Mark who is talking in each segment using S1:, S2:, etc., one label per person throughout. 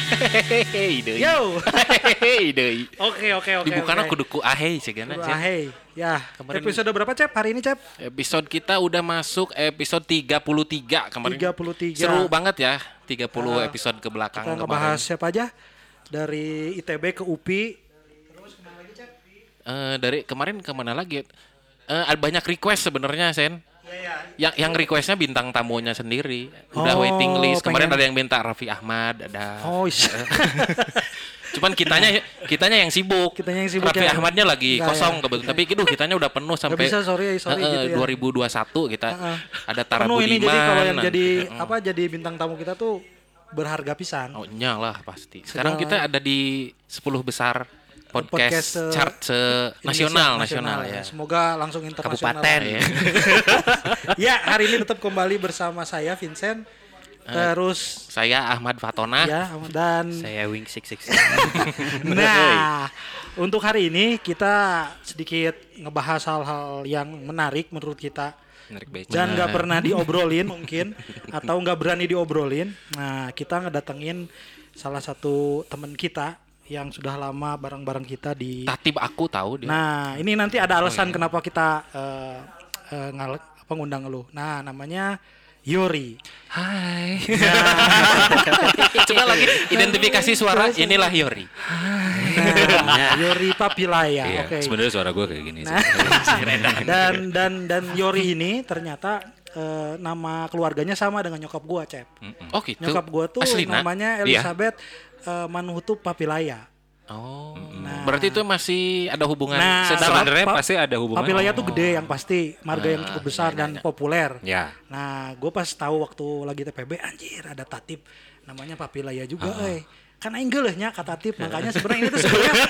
S1: Hehehe, deui.
S2: Yo.
S1: Hehehe, deui.
S2: Oke oke oke.
S1: Dibukana
S2: oke.
S1: kudu ku ahei cegana.
S2: Kudu
S1: Cep.
S2: ahey. Ya,
S1: Kemarin-
S2: episode berapa, Cep? Hari ini, Cep?
S1: Episode kita udah masuk episode 33 kemarin.
S2: 33.
S1: Seru banget ya 30 episode ke belakang
S2: Ah, Kita ngebahas siapa aja? Dari ITB ke UPI.
S1: Eh, dari kemarin kemana lagi? ya? Eh, ada banyak request sebenarnya Sen.
S2: Iya,
S1: Yang yang requestnya bintang tamunya sendiri. Udah
S2: Oh,
S1: waiting list. Kemarin
S2: pengen-
S1: ada yang minta Raffi Ahmad, ada.
S2: Oh, is-
S1: Cuman kitanya kitanya yang sibuk.
S2: Kitanya yang sibuk
S1: Raffi
S2: ya.
S1: Ahmadnya lagi
S2: Nggak
S1: kosong
S2: ya.
S1: kebetulan. Tapi aduh kitanya udah penuh sampai
S2: bisa, sorry, sorry
S1: Eh, eh,
S2: gitu ya.
S1: 2021 kita
S2: Heeh.
S1: ada Tara
S2: penuh ini jadi
S1: Budiman,
S2: kalau yang
S1: nanti- Mm.
S2: jadi apa jadi bintang tamu kita tuh berharga pisan.
S1: Oh nyalah pasti. Sekarang kita
S2: Segala-
S1: ada di 10 besar podcast,
S2: Podcast, eh,
S1: chart se-
S2: Indonesia,
S1: nasional nasional ya.
S2: Semoga langsung internasional.
S1: Kabupaten ya.
S2: ya, hari ini tetap kembali bersama saya Vincent.
S1: Eh.
S2: Terus
S1: Saya Ahmad Fatona.
S2: ya dan
S1: Saya Wing 66.
S2: Nah, untuk hari ini kita sedikit ngebahas hal-hal yang menarik menurut kita
S3: Menarik becak.
S2: dan nggak pernah diobrolin mungkin atau nggak berani diobrolin. Nah, kita ngedatengin salah satu teman kita yang sudah lama bareng-bareng kita di.
S1: Tatib aku
S3: ya.
S1: tahu dia.
S2: Nah, ini nanti
S3: Oh,
S2: ada alasan
S3: iya.
S2: kenapa kita eh, eh, ngal- apa ngundang lu. Nah, namanya Yuri.
S1: Hai. Coba lagi identifikasi suara inilah Yori.
S2: Nah, Yuri Papilaya.
S3: Iya,
S2: Oke.
S3: sebenarnya suara gue kayak gini
S2: Nah,
S3: sih.
S2: dan dan dan Yori ini ternyata eh, nama keluarganya sama dengan nyokap gua, Cep.
S1: Oh gitu.
S2: Nyokap gua tuh
S1: Aslina?
S2: namanya
S3: Iya.
S2: Elizabeth eh, Manhutu Papilaya.
S1: Oh.
S2: Nah.
S1: Berarti itu masih ada hubungan
S2: Nah,
S1: sedara.
S3: Sebenarnya
S2: Pak-
S3: pasti ada Ah, hubungan.
S2: Papilaya tuh gede yang pasti, marga yang cukup besar dan populer.
S3: iya, Ya.
S2: Nah, gue pas tahu waktu lagi TPB anjir ada tatip namanya Papilaya juga,
S3: Ah.
S2: eh. Kan aing geuleuh nya kata tatip, makanya sebenarnya ini tuh sebenarnya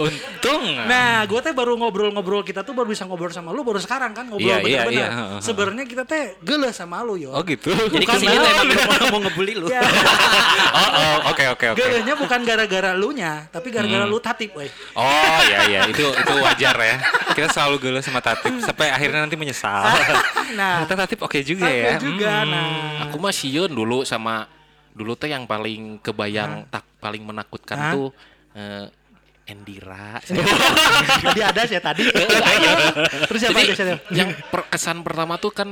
S1: Untung.
S2: Nah, gue teh baru ngobrol-ngobrol kita tuh baru bisa ngobrol sama lu baru sekarang kan ngobrol
S3: Iya, iya,
S2: bener-bener.
S3: iya, heeh.
S2: Sebenarnya kita teh geuleuh sama lu yo.
S3: Oh gitu.
S1: Jadi
S2: bukan
S1: kesini tuh
S2: banget.
S1: emang mau- mau ngebully lu.
S2: Ya,
S3: oh, oh, oke oke Hmm. oke.
S2: geuleuhnya bukan gara-gara lu nya, tapi gara-gara lu tatip, weh.
S3: Oh ya ya itu itu wajar ya. Kita selalu geluh sama Tatip sampai akhirnya nanti menyesal.
S2: Nah,
S3: Ternyata Tatip oke juga
S2: tatip
S3: ya.
S2: juga. Nah,
S1: Aku mah siun dulu sama dulu teh yang paling kebayang
S2: Nah.
S1: tak paling menakutkan
S2: Hah?
S1: tuh eh, Endira.
S2: tadi ada sih tadi. Terus siapa aja
S1: Jadi
S2: siapa?
S1: yang per- kesan pertama tuh kan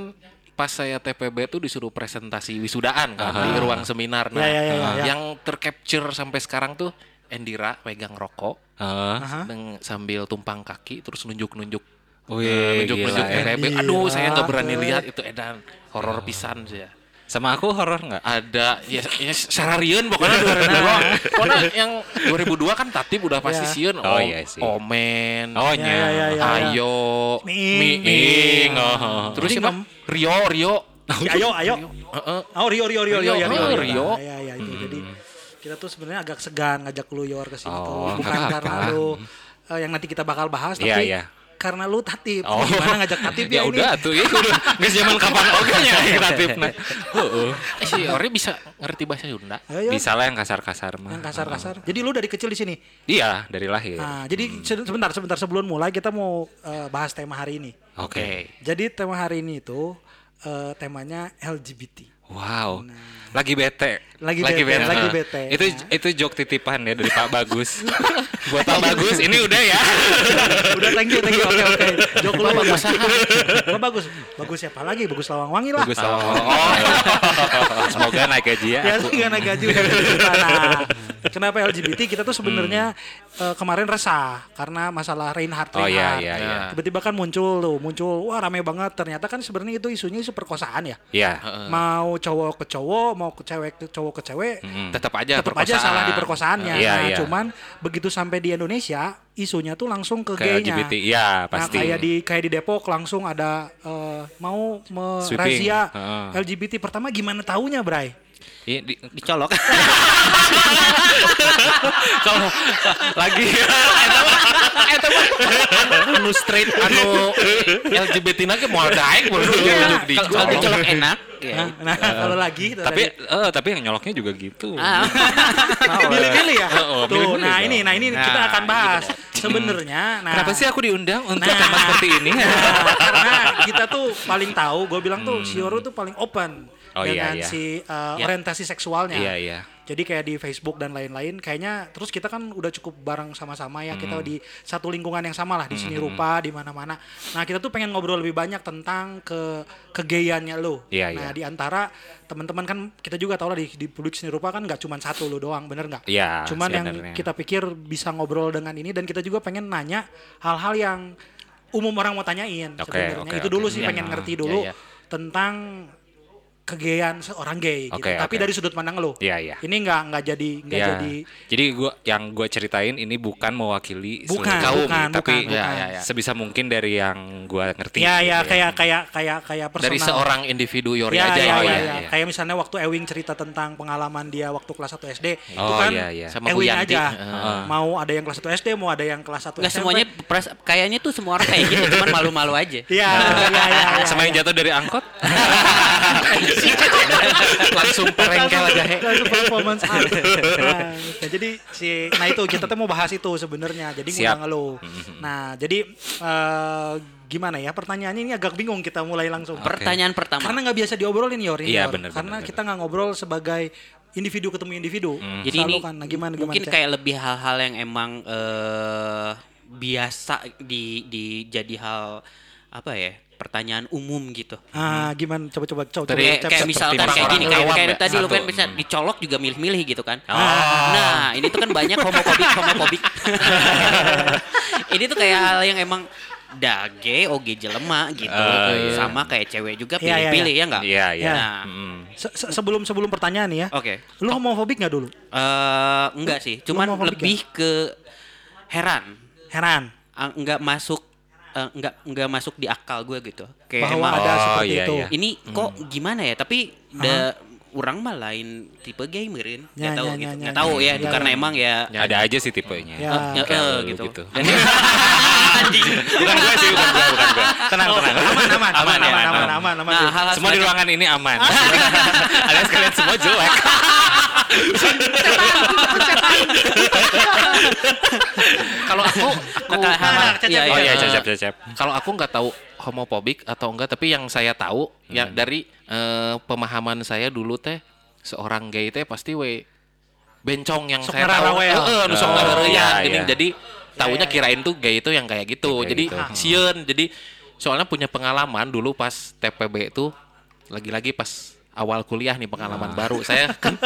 S1: pas saya TPB tuh disuruh presentasi wisudaan kan di ruang seminar. Nah,
S2: Ya, ya, ya, ya, ya.
S1: yang tercapture sampai sekarang tuh Endira megang rokok
S3: Heeh.
S2: Aha.
S1: deng- sambil tumpang kaki terus nunjuk-nunjuk eh,
S3: Wih,
S1: nunjuk-nunjuk
S3: gila ya.
S1: TPB.
S2: Endira,
S1: Aduh, saya nggak berani
S2: eh.
S1: lihat itu edan horor pisan sih ya.
S3: Sama aku horor nggak?
S1: ada ya, ya sararian pokoknya 2002 pokoknya yang 2002 kan tatip udah pasti
S2: Ya.
S1: siun
S3: Oh,
S1: Om-
S3: iya sih.
S1: omen
S2: Ya,
S3: Oh
S2: ya, ya,
S3: nya.
S2: ya.
S1: ayo
S2: Miing.
S1: Miing,
S3: oh, oh, oh.
S1: terus siapa
S2: Miing,
S1: Rio Rio
S2: Ya, ayo, ayo.
S1: Heeh.
S2: Oh, Rio, Rio, Rio,
S1: Rio,
S2: Rio, ya, Rio,
S1: Rio,
S2: Rio.
S1: Rio.
S2: Nah, Ya, ya, itu. Jadi kita tuh sebenarnya agak segan ngajak lu yor ke sini
S3: Oh,
S2: tuh. bukan
S3: nggak
S2: karena
S3: apa-apa.
S2: lu eh, yang nanti kita bakal bahas, tapi
S3: Iya, iya.
S2: karena lu tatip.
S3: Oh.
S2: Gimana ngajak tatip ya,
S3: ya
S2: ini?
S3: udah tuh ya udah nggak zaman kapan oke nya Tatip. Nah, heeh.
S1: eh, si Ori bisa ngerti bahasa Sunda
S2: Ayo,
S3: Bisa lah yang kasar-kasar mah.
S2: yang kasar-kasar. Jadi lu dari kecil di sini.
S3: Iya, dari lahir.
S2: Nah, jadi se- sebentar, sebentar sebelum mulai kita mau eh, bahas tema hari ini.
S3: Oke.
S2: Jadi tema hari ini itu eh, temanya LGBT.
S3: Wow. Lagi bete.
S2: Nah. Lagi bete, lagi bete. Nah.
S3: Itu itu joke titipan ya dari Pak Bagus. Buat Pak Bagus ini udah ya.
S2: Udah thank you, thank you. Oke, oke. Jok lu bagus. Lu bagus. Bagus siapa lagi? Bagus Lawangwangi lah.
S3: Bagus sama oh. Semoga naik gaji ya.
S2: Ya
S3: aku.
S2: nggak naik gaji udah gaji kita. Nah, kenapa LGBT kita tuh sebenarnya eh, kemarin resah karena masalah Reinhard
S3: Hmm. Oh, iya,
S2: Reinhard.
S3: iya, iya.
S2: Tiba-tiba kan muncul tuh, muncul wah rame banget. Ternyata kan sebenarnya itu isunya isu perkosaan ya.
S3: Iya.
S2: Mau cowok ke cowok, mau ke cewek ke cowok ke cewek,
S3: Hmm.
S1: tetap aja
S2: tetap aja salah di perkosaannya.
S3: Ya, Iya,
S2: Nah,
S3: iya.
S2: Cuman begitu sampai di Indonesia, isunya tuh langsung ke,
S3: Ke
S2: gaynya.
S3: LGBT. Iya, pasti.
S2: Nah, kayak di kayak di Depok langsung ada eh, mau
S3: Sweeping.
S2: merazia
S3: Heeh.
S2: LGBT pertama gimana taunya, Bray?
S3: Iya, di-
S1: dicolok
S3: kalau lagi Eh,
S1: anu straight anu LGBT nake mau ada aing mau
S2: Iya.
S1: nunjuk
S4: Kalau
S1: dicolok
S4: dicolok enak ya.
S2: Nah, nah, kalau lagi itu
S3: tapi
S2: tadi.
S3: eh tapi yang nyoloknya juga gitu.
S4: Ah,
S2: pilih-pilih ya.
S3: Heeh,
S2: Tuh,
S3: pilih-pilih
S2: nah
S3: dong. gitu. Hmm.
S2: ini nah ini kita akan bahas sebenarnya. Nah,
S3: Kenapa sih aku diundang untuk
S2: Nah.
S3: tema seperti ini?
S2: Nah, karena kita tuh paling tahu, gue bilang tuh si Yoru tuh paling open
S3: Hmm. Oh, iya,
S2: dengan
S3: iya.
S2: si eh, orientasi seksualnya.
S3: Iya, iya.
S2: Jadi kayak di Facebook dan lain-lain, kayaknya terus kita kan udah cukup bareng sama-sama ya, kita
S3: Hmm.
S2: di satu lingkungan yang sama lah di sini rupa di mana-mana. Nah kita tuh pengen ngobrol lebih banyak tentang ke kegeyannya lo.
S3: Iya,
S2: nah
S3: iya.
S2: di antara teman-teman kan kita juga tau lah di, di publik seni rupa kan nggak cuma satu lo doang, bener nggak?
S3: Iya,
S2: Cuman yang
S3: sebenarnya.
S2: kita pikir bisa ngobrol dengan ini dan kita juga pengen nanya hal-hal yang umum orang mau tanyain
S3: Oke,
S2: sebenarnya.
S3: oke,
S2: itu
S3: oke. nah,
S2: dulu sih
S1: Iya.
S2: pengen ngerti dulu
S1: Iya, iya.
S2: tentang kegean seorang gay gitu.
S3: Oke,
S2: Tapi
S3: oke.
S2: dari sudut pandang lo.
S3: Iya, iya.
S2: Ini nggak nggak jadi nggak
S3: Ya.
S2: jadi
S3: Jadi gua yang gua ceritain ini bukan mewakili
S2: Bukan,
S3: seluruh kaum,
S2: bukan,
S3: tapi
S2: bukan,
S1: Ya, bukan. ya, ya.
S3: sebisa mungkin dari yang gua ngerti.
S2: ya ya
S3: gitu
S2: kayak kayak kayak kayak Nah, personal.
S1: Dari seorang individu Yori
S2: Ya,
S1: aja ya,
S2: ya, ya,
S1: Pak,
S2: ya.
S1: ya.
S3: iya.
S2: Kayak misalnya waktu Ewing cerita tentang pengalaman dia waktu kelas 1 SD. itu
S3: Oh,
S2: kan
S3: iya, iya.
S1: Sama
S2: Ewing
S1: Huyanti.
S2: aja.
S1: Heeh.
S2: Mau ada yang kelas 1 SD, mau ada yang kelas 1
S4: Nggak
S2: SMP.
S4: semuanya pras- kayaknya tuh semua orang kayak gitu cuman malu-malu aja.
S2: Iya, iya, iya.
S3: Ya.
S2: iya,
S3: Sama
S2: iya.
S3: yang jatuh dari angkot?
S1: Langsung perengkel aja. he.
S2: Langsung performance art. Nah, ya, jadi si nah itu kita tuh mau bahas itu sebenarnya. Jadi
S3: Siap. Mm-hmm.
S2: ngundang lo. Nah, jadi eh, gimana ya pertanyaannya ini agak bingung kita mulai langsung.
S4: Pertanyaan pertama.
S2: Karena nggak biasa diobrolin Yori.
S3: Iya,
S2: Yor.
S3: bener,
S2: Karena
S3: bener,
S2: kita nggak ngobrol sebagai individu ketemu individu.
S4: Jadi
S2: Selalu
S4: ini
S2: kan, nah, gimana gimana.
S4: mungkin
S2: Cek?
S4: kayak lebih hal-hal yang emang eh biasa di di jadi hal apa ya? Pertanyaan umum gitu.
S2: Ah, gimana coba-coba coba
S1: Dari-
S4: Kayak,
S2: Cep,
S4: kayak
S2: Cep.
S4: misalkan
S1: orang
S4: kayak gini,
S1: awam
S4: kayak,
S1: ya,
S4: kayak tadi lu
S1: satu.
S4: kan bisa dicolok juga milih-milih gitu kan. Nah, ini tuh kan banyak homofobik, homofobik. ini tuh kayak hal yang emang dage, oge jelema gitu.
S3: Eh, iya.
S4: Sama kayak cewek
S2: Iya,
S4: juga
S2: iya, iya.
S4: pilih-pilih ya enggak?
S3: Iya, iya.
S4: Nah,
S3: Mm.
S2: Se- se- sebelum sebelum pertanyaan nih ya.
S4: Oke.
S2: Lu homofobik nggak dulu?
S4: eh enggak sih, cuman
S2: mau homofobik
S4: lebih ke heran,
S2: Heran
S4: Ah, enggak masuk eh, enggak enggak masuk di akal gue gitu.
S2: bahwa
S4: Kayak emang
S2: ada
S3: Oh,
S2: seperti
S3: iya,
S2: itu.
S3: iya.
S4: ini kok gimana ya? Tapi da orang mah lain tipe gamerin,
S2: Ya,
S4: nggak tahu
S2: ya,
S4: gitu,
S2: ya,
S4: nggak
S2: ya,
S4: tahu
S2: ya,
S4: ya, itu
S2: ya,
S4: karena
S2: ya.
S4: emang ya,
S3: Ya, Ada aja sih tipenya.
S2: Ya.
S4: eh, eh,
S3: Kayak lu
S4: gitu.
S3: gitu.
S4: Dan- Anjing.
S3: Bukan gua sih, bukan gua, bukan gua. Tenang,
S2: Aman, aman,
S3: tenang.
S2: aman, aman,
S3: ya,
S2: aman, aman, aman, aman.
S4: Nah, hal-hal
S3: Semua di
S4: semacam-
S3: ruangan ini aman. Alias kalian semua jelek.
S1: Kalau aku,
S4: Nah,
S1: aku
S4: kalau hal-
S2: Nah, Cecep,
S4: iya,
S2: Cecep.
S3: Oh
S4: iya.
S3: iya, cecep, cecep.
S1: kalau aku nggak tahu homofobik atau enggak, tapi yang saya tahu ya
S3: Hmm.
S1: dari eh, pemahaman saya dulu teh seorang gay teh pasti we bencong yang
S2: Sok
S1: saya tahu.
S2: ngarawe.
S1: Heeh, nu sok
S3: Oh,
S1: ngarawe
S3: iya,
S1: gini.
S3: iya.
S1: Jadi tahunya kirain tuh gay itu yang kayak gitu.
S3: Kayak
S1: jadi
S3: gitu.
S1: ah, sieun. Jadi soalnya punya pengalaman dulu pas TPB itu lagi-lagi pas awal kuliah nih pengalaman
S3: Nah.
S1: baru saya kan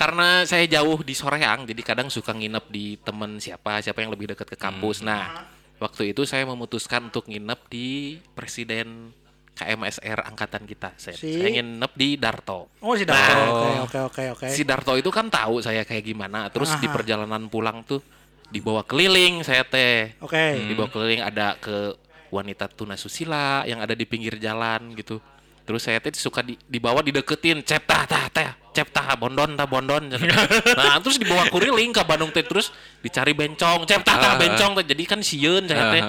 S1: karena saya jauh di Soreang jadi kadang suka nginep di temen siapa siapa yang lebih dekat ke kampus
S2: Hmm.
S1: nah waktu itu saya memutuskan untuk nginep di presiden KMSR angkatan kita saya,
S2: Si-
S1: saya nginep di Darto
S2: Oh, si Darto.
S1: Nah,
S2: Oke, oke, oke, oke.
S1: si Darto itu kan tahu saya kayak gimana terus di
S2: Aha.
S1: perjalanan pulang tuh dibawa keliling saya teh
S2: Oke.
S3: Hmm.
S1: dibawa keliling ada ke wanita tunasusila yang ada di pinggir jalan gitu terus saya teh suka di, dibawa dideketin cep tah tah tah cep tah bondon tah bondon nah terus dibawa kuriling ke Bandung teh terus dicari bencong cep tah tah
S3: Ah.
S1: bencong teh jadi kan sieun saya teh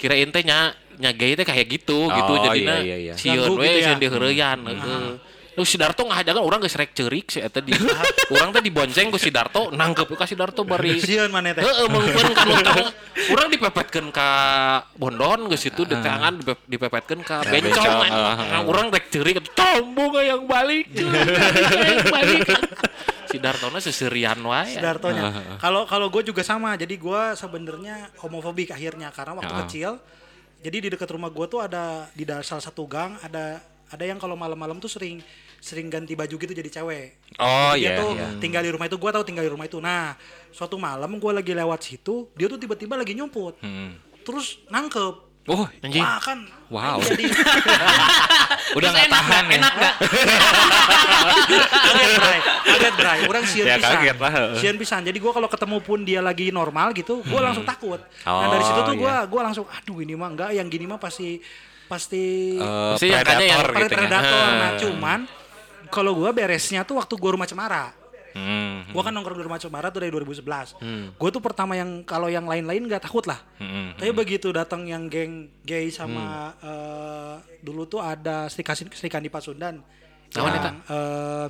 S1: kirain teh nya nya gay teh kayak gitu gitu
S3: Oh,
S1: jadi
S3: iya, iya, iya.
S1: sieun
S2: Ganggu gitu
S1: we
S2: ya.
S1: sieun diheureyan
S3: Hmm.
S1: heeh. Nu si Darto ngahajakan orang geus rek ceurik si eta di urang teh dibonceng ku si Darto nangkep ka si Darto bari
S2: Sieun maneh teh.
S1: Heeh, mengeureun ka lokal. Urang dipepetkeun ka Bondon geus situ di tangan dipe- dipepetkeun ka bencong.
S3: Nah, bencong,
S1: anjing.
S3: heeh.
S1: Nah, Urang rek ceurik tombong yang balik. Yang balik. Si Dartona seserian wae.
S2: Si
S3: Ah,
S2: Dartonya. Kalau kalau gue juga sama. Jadi gue sebenarnya homofobik akhirnya karena
S3: Ah,
S2: waktu kecil. Jadi di dekat rumah gue tuh ada di da- salah satu gang ada ada yang kalau malam-malam tuh sering sering ganti baju gitu jadi cewek.
S3: Oh
S2: Jadi dia
S3: iya,
S2: tuh
S3: iya.
S2: tinggal di rumah itu gue tahu tinggal di rumah itu. Nah suatu malam gue lagi lewat situ dia tuh tiba-tiba lagi nyumput. Terus nangkep.
S3: Oh,
S1: Anjing.
S2: Wah kan.
S3: Hmm. Wow.
S2: ini Jadi
S3: udah
S4: Terus
S3: nggak
S4: enak
S3: tahan
S4: nggak?
S3: ya.
S4: Enak nggak?
S2: kaget bray, kaget bray. Orang sian
S3: Ya,
S2: pisan.
S3: kaget lah, heeh.
S2: Sian pisan. Jadi gua kalau ketemu pun dia lagi normal gitu, gua langsung takut. nah
S3: Oh,
S2: dari situ tuh gua gua langsung aduh ini mah enggak yang gini mah pasti pasti
S3: Eh,
S1: Pasti yang kayaknya yang
S3: predator
S2: para
S3: gitu ya.
S2: predator. Nah, cuman kalau gua beresnya tuh waktu gua rumah Cemara.
S3: Hmm.
S1: Mm-hmm.
S2: Gua kan nongkrong di rumah Cemara tuh dari 2011.
S1: Hmm.
S2: Gua tuh pertama yang kalau yang lain-lain nggak takut lah.
S3: Hmm.
S1: Mm-hmm.
S2: Tapi begitu datang yang geng gay sama
S1: Hmm.
S2: eh, dulu tuh ada Sri Kasin- Sri Kandi Pasundan.
S1: Lawan
S2: Yang, eh,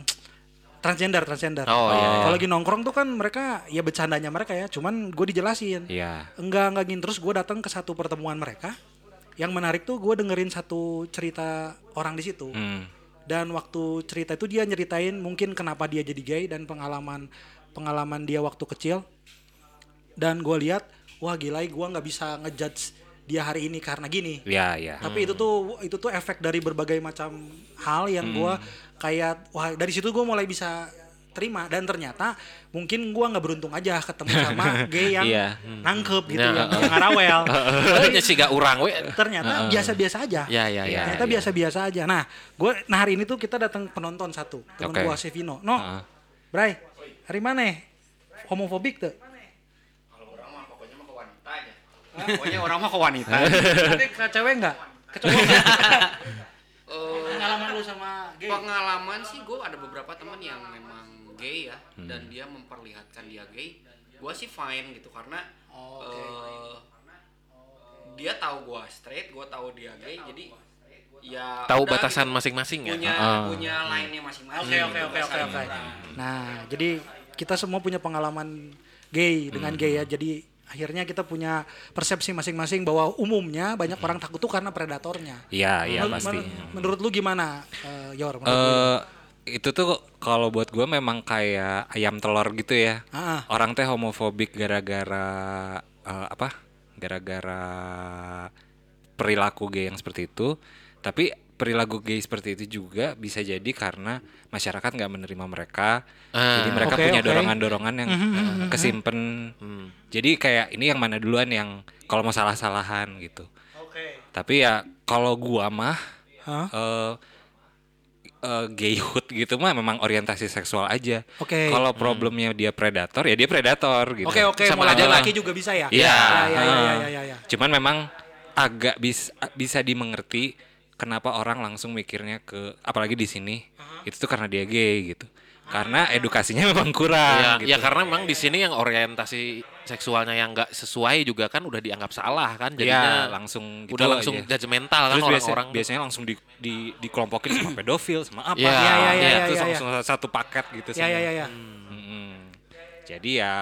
S2: transgender transgender.
S1: Oh, iya,
S2: Kalau lagi nongkrong tuh kan mereka ya bercandanya mereka ya. Cuman gue dijelasin.
S3: Iya.
S2: Enggak enggak gini terus gue datang ke satu pertemuan mereka. Yang menarik tuh gue dengerin satu cerita orang di situ.
S3: Hmm.
S2: Dan waktu cerita itu dia nyeritain mungkin kenapa dia jadi gay dan pengalaman pengalaman dia waktu kecil. Dan gue lihat, wah gila, gue nggak bisa ngejudge dia hari ini karena gini.
S3: Ya, ya.
S2: Tapi itu tuh itu tuh efek dari berbagai macam hal yang gua kayak wah dari situ gua mulai bisa terima dan ternyata mungkin gua nggak beruntung aja ketemu sama gay yang
S3: Iya.
S2: nangkep gitu
S1: Ya,
S2: yang ngarawel. Tapi
S1: Tadinya sih gak urang we.
S2: ternyata biasa-biasa aja.
S1: Ya, ya, ya,
S2: ternyata
S1: ya.
S2: biasa-biasa aja. Nah, gua nah hari ini tuh kita datang penonton satu, teman
S3: Oke.
S2: gua Sevino. No. Bray, hari mana? Homofobik tuh.
S5: Pokoknya orang mah ke wanita.
S2: Tapi ke cewek enggak? Ke cowok nggak? Pengalaman lu sama gay.
S5: Oh. Pengalaman sih gue ada beberapa teman yang memang gay ya dan
S1: Hmm.
S5: dia memperlihatkan dia gay. Gue sih fine gitu karena
S2: Oh,
S5: eh, dia tahu gue straight, gue tahu dia gay, jadi ya
S1: Tahu
S5: udah
S1: batasan
S5: gitu.
S1: masing-masing ya.
S5: punya
S1: Heeh.
S5: punya lainnya masing-masing.
S2: Oke oke
S5: gitu,
S2: oke oke
S5: bahasa
S2: oke.
S5: orang.
S2: Nah, jadi kita semua punya pengalaman gay dengan gay
S1: Mm-hmm.
S2: ya. Jadi akhirnya kita punya persepsi masing-masing bahwa umumnya banyak
S1: Mm-hmm.
S2: orang takut tuh karena predatornya.
S3: Iya, iya
S2: Menurut-
S3: pasti.
S2: menurut- Menurut lu gimana, eh, Yor? Menurut lu?
S3: Eh itu tuh kalau buat gue memang kayak ayam telur gitu ya.
S2: Ah, ah.
S3: Orang teh homofobik gara-gara eh, apa? Gara-gara perilaku gay yang seperti itu. Tapi perilaku gay seperti itu juga bisa jadi karena masyarakat nggak menerima mereka.
S1: Ah.
S3: jadi mereka
S2: Oke,
S3: punya
S2: oke. Mhm,
S3: dorongan-dorongan yang eh, kesimpan. Jadi kayak ini yang mana duluan yang kalau mau salah-salahan gitu. Tapi ya kalau gua mah
S2: Hah?
S3: eh eh, gayhood gitu mah memang orientasi seksual aja.
S2: Oke.
S3: Kalau problemnya dia predator ya dia predator gitu.
S2: Hmm. Oke oke,
S1: Sama
S2: mau
S1: aja lah.
S2: laki juga bisa ya?
S3: Iya.
S2: Ya ya ya, ya ya ya.
S3: Cuman memang agak bis- bisa dimengerti kenapa orang langsung mikirnya ke apalagi di sini itu tuh karena dia gay gitu. Karena
S2: Ah.
S3: edukasinya memang
S2: Iya,
S1: Ya,
S3: kurang gitu.
S1: ya karena memang di sini yang orientasi seksualnya yang nggak sesuai juga kan udah dianggap salah kan jadinya
S3: Iya, langsung gitu
S1: udah langsung
S3: aja.
S1: judgmental kan
S3: Terus biasa-
S1: orang-orang.
S3: biasanya langsung di, di- dikelompokin sama pedofil sama apa
S1: Iya,
S3: gitu.
S1: iya, iya,
S2: iya,
S3: Terus
S2: iya.
S3: langsung satu paket gitu
S2: Ya
S3: semua.
S2: ya ya ya.
S3: Mm-mm. Jadi ya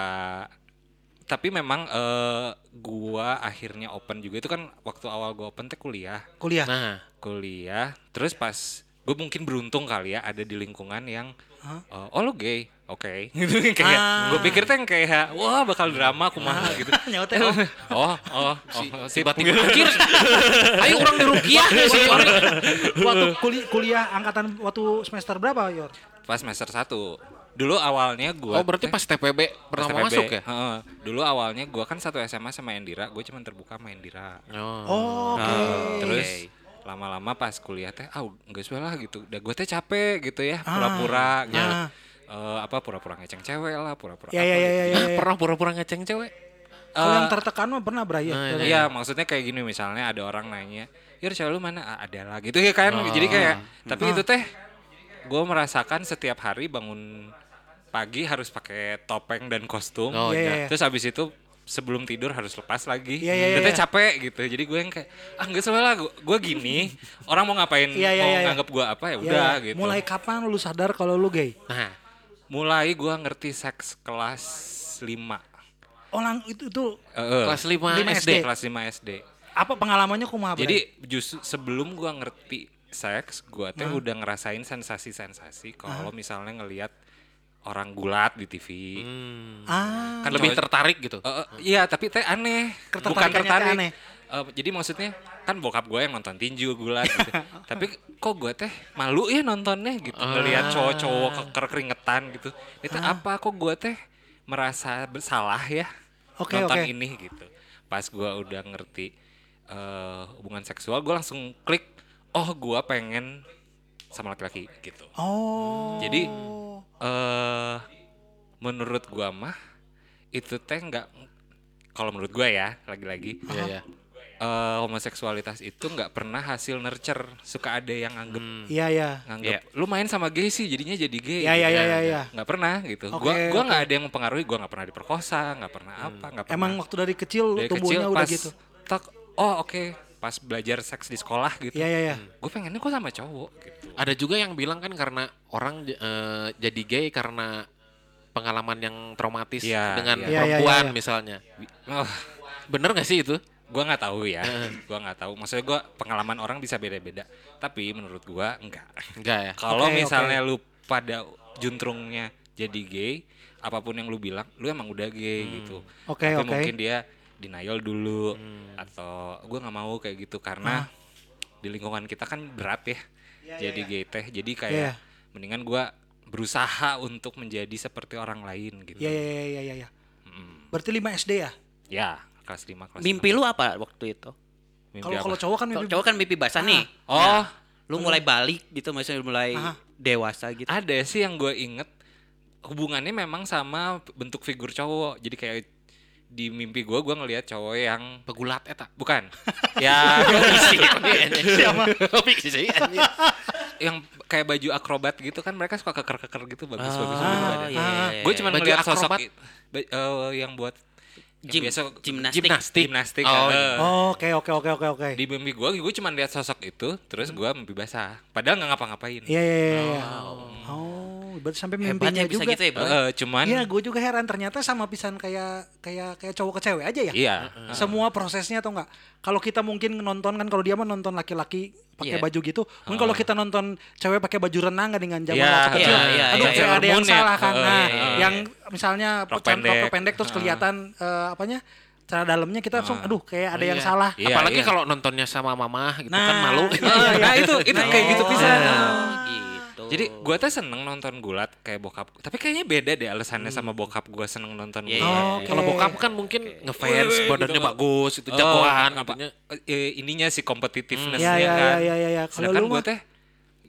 S3: tapi memang eh, gua akhirnya open juga itu kan waktu awal gua open teh kuliah.
S2: Kuliah.
S1: Nah,
S3: Kuliah terus pas gue mungkin beruntung kali ya ada di lingkungan yang eh, oh lo gay. Oke. Gitu kayak
S2: Ah.
S3: gue pikir teh yang kayak wah bakal drama
S1: Ah.
S3: kumaha gitu.
S2: Nyawa teh, oh.
S3: Oh, oh, oh, sip.
S1: tiba-tiba anjir. Ayo orang dirugiah si orang.
S2: Waktu kuli- kuliah angkatan waktu semester berapa, Yor?
S3: Pas semester 1. Dulu awalnya gua eh,
S1: Oh, berarti
S3: teh-
S1: pas TPB pertama
S3: STPB.
S1: masuk ya?
S3: Heeh. Dulu awalnya gua kan satu SMA sama Endira, gue cuman terbuka sama Endira.
S2: Oh, oke.
S3: Terus lama-lama pas kuliah teh, ah nggak usah lah gitu. Udah gue teh capek gitu ya, pura-pura gitu.
S2: ah.
S3: Eh, apa pura-pura ngeceng cewek lah, pura-pura.
S2: Ya
S3: apa
S2: ya ya ya
S3: gitu.
S2: ya. ya.
S1: Kan Pernah pura-pura ngeceng cewek?
S2: Kalau yang tertekan mah pernah, Bray. ya?
S3: Iya, maksudnya kayak gini misalnya ada orang nanya, "Yur, cewek lu mana?" "Ah, ada lah gitu ya kan. Jadi
S2: Ah.
S3: kayak tapi itu teh gue merasakan setiap hari bangun pagi harus pakai topeng dan kostum.
S1: Oh,
S2: Iya, iya. iya.
S3: Terus abis itu sebelum tidur harus lepas lagi.
S2: Iya, iya,
S3: Itu teh
S2: iya.
S3: capek gitu. Jadi gue yang kayak ah nggak salah lah gue gue gini. Orang mau ngapain
S2: Iya, iya,
S3: mau
S2: iya.
S3: nganggap gue apa
S2: Ya,
S3: ya udah
S2: ya.
S3: gitu.
S2: Mulai kapan lu sadar kalau lu gay?
S1: Nah,
S3: mulai gue ngerti seks kelas 5.
S2: Orang Oh, itu itu
S3: Heeh.
S1: kelas 5
S2: Lima
S1: SD.
S2: SD.
S3: kelas 5 SD.
S2: apa pengalamannya kumaha? Bray?
S3: Jadi justru sebelum gua ngerti seks, gua teh udah ngerasain sensasi-sensasi kalau misalnya ngelihat orang gulat di TV.
S2: ah,
S3: Kan
S1: Lebih
S3: cowok-
S1: tertarik gitu.
S3: Eh, eh, iya, tapi teh aneh. Bukan
S2: Ketertarikannya teh
S3: tertarik.
S2: aneh.
S3: Eh, jadi maksudnya kan bokap gue yang nonton tinju gulat gitu. tapi kok gue teh malu ya nontonnya gitu. Ngelihat cowok-cowok keker keringetan gitu. Itu
S2: Ah.
S3: apa kok gue teh merasa bersalah ya
S2: Oke,
S3: nonton
S2: oke.
S3: ini gitu. Pas gue udah ngerti eh, hubungan seksual, gue langsung klik. Oh, gue pengen sama laki-laki gitu.
S2: oh.
S3: Jadi eh menurut gua mah itu teh nggak kalau menurut gua ya lagi-lagi
S1: Iya, iya.
S3: eh, homoseksualitas itu nggak pernah hasil nurture suka ada yang anggap
S2: Iya ya.
S3: nganggap lu main sama gay sih jadinya jadi gay
S2: Ya,
S3: gitu.
S2: ya, ya, ya, ya.
S3: nggak pernah gitu
S2: Oke, Hmm.
S3: gua gua nggak ada yang mempengaruhi gua nggak pernah diperkosa nggak pernah apa nggak pernah
S2: Emang waktu Nah. dari kecil lu
S3: dari
S2: tumbuhnya
S3: kecil
S2: udah
S3: pas
S2: gitu.
S3: tak oh oke pas belajar seks di sekolah gitu
S2: Iya ya ya.
S3: gue pengennya kok sama cowok gitu
S1: Ada juga yang bilang kan karena orang j- eh, jadi gay karena pengalaman yang traumatis
S3: Iya,
S1: dengan
S2: Iya,
S3: iya.
S2: iya,
S1: perempuan
S2: iya, iya.
S1: misalnya.
S3: Oh,
S1: Bener gak sih itu?
S3: gua nggak tahu ya gua nggak tahu maksudnya gua pengalaman orang bisa beda-beda tapi menurut gua enggak
S1: Enggak ya?
S3: kalau
S2: Oke,
S3: misalnya lu pada juntrungnya jadi gay apapun yang lu bilang lu emang udah gay gitu
S2: Hmm. Oke, oke.
S3: tapi
S2: Hmm.
S3: mungkin dia denial dulu atau gua nggak mau kayak gitu
S2: Ah.
S3: karena di lingkungan kita kan berat ya jadi gay teh jadi kayak
S2: Iya.
S3: mendingan gua berusaha untuk menjadi seperti orang lain gitu
S2: Ya ya ya ya ya. ya. Berarti 5 SD ya?
S3: ya kelas 5 kelas
S4: Mimpi lu apa waktu itu?
S3: enam. Mimpi
S2: Kalau
S3: apa?
S2: kalau cowok kan
S4: Kalau
S2: mimpi Hmm.
S4: cowok kan mimpi basah nih.
S3: Oh.
S4: Nah, lu mulai balik gitu maksudnya mulai
S2: Ah.
S4: dewasa gitu.
S3: ada sih yang gue inget hubungannya memang sama bentuk figur cowok jadi kayak di mimpi gue gue ngelihat cowok yang
S1: Pegulat eta.
S3: bukan ya
S1: Siapa? Fiksi sih. anjing.
S3: yang kayak baju akrobat gitu kan mereka suka keker-keker gitu bagus bagus
S4: iya, iya, iya.
S3: gue cuma
S1: Baju
S3: ngelihat sosok
S1: akrobat?
S3: i- ba- eh, yang buat yang
S4: Gym-
S3: biasa-
S4: gimnastik.
S3: gimnastik, gimnastik,
S1: Oh,
S3: eh.
S1: iya.
S2: Oh, Oke oke oke oke oke.
S3: di mimpi gue gue cuma lihat sosok itu terus gue mimpi basah padahal nggak ngapa-ngapain
S2: Iya iya iya. iya. Oh, berarti sampai mimpinya
S4: Hebatnya bisa
S2: juga.
S4: gitu ya,
S3: Eh,
S4: Bro.
S3: eh, cuman
S2: Iya, gue juga heran ternyata sama pisan kayak kayak kayak cowok ke cewek aja ya.
S3: iya
S2: Semua prosesnya atau enggak? Kalau kita mungkin nonton kan kalau dia mah nonton laki-laki pakai
S4: Iya.
S2: baju gitu, mungkin kalau kita nonton cewek pakai baju renang nggak dengan zaman
S3: Iya,
S2: waktu kecil,
S4: iya, iya,
S2: aduh
S4: iya,
S2: kayak
S3: iya.
S2: ada yang
S3: Hormonnya.
S2: salah kan.
S3: Heeh,
S2: Nah,
S3: iya, iya.
S2: yang misalnya
S3: Rok
S2: pecahan
S3: pendek.
S2: rok pendek terus kelihatan eh, apanya? cara dalamnya kita langsung aduh kayak ada yang
S1: Iya.
S2: salah.
S3: Iya,
S1: Apalagi
S3: iya.
S1: kalau nontonnya sama mamah gitu
S2: Nah.
S1: kan malu.
S3: Eh, nah itu itu kayak gitu
S2: Iya.
S3: pisan
S4: Oh, gitu.
S3: Jadi gua tuh seneng nonton gulat kayak bokap. Tapi kayaknya beda deh alasannya sama
S2: Hmm.
S3: bokap gua seneng nonton
S4: Iya,
S3: gulat.
S4: iya,
S2: Oke.
S1: Kalau bokap kan mungkin ngefans,
S3: Wih, wih,
S1: badannya
S3: gitu.
S1: bagus, itu
S3: Oh,
S1: jagoan gitu.
S3: apa?
S1: apanya.
S3: eh, ininya si competitiveness
S2: Iya, iya, iya,
S3: kan.
S2: iya, iya. Kalau
S3: Sedangkan
S2: lu
S3: gua
S2: mah-
S3: teh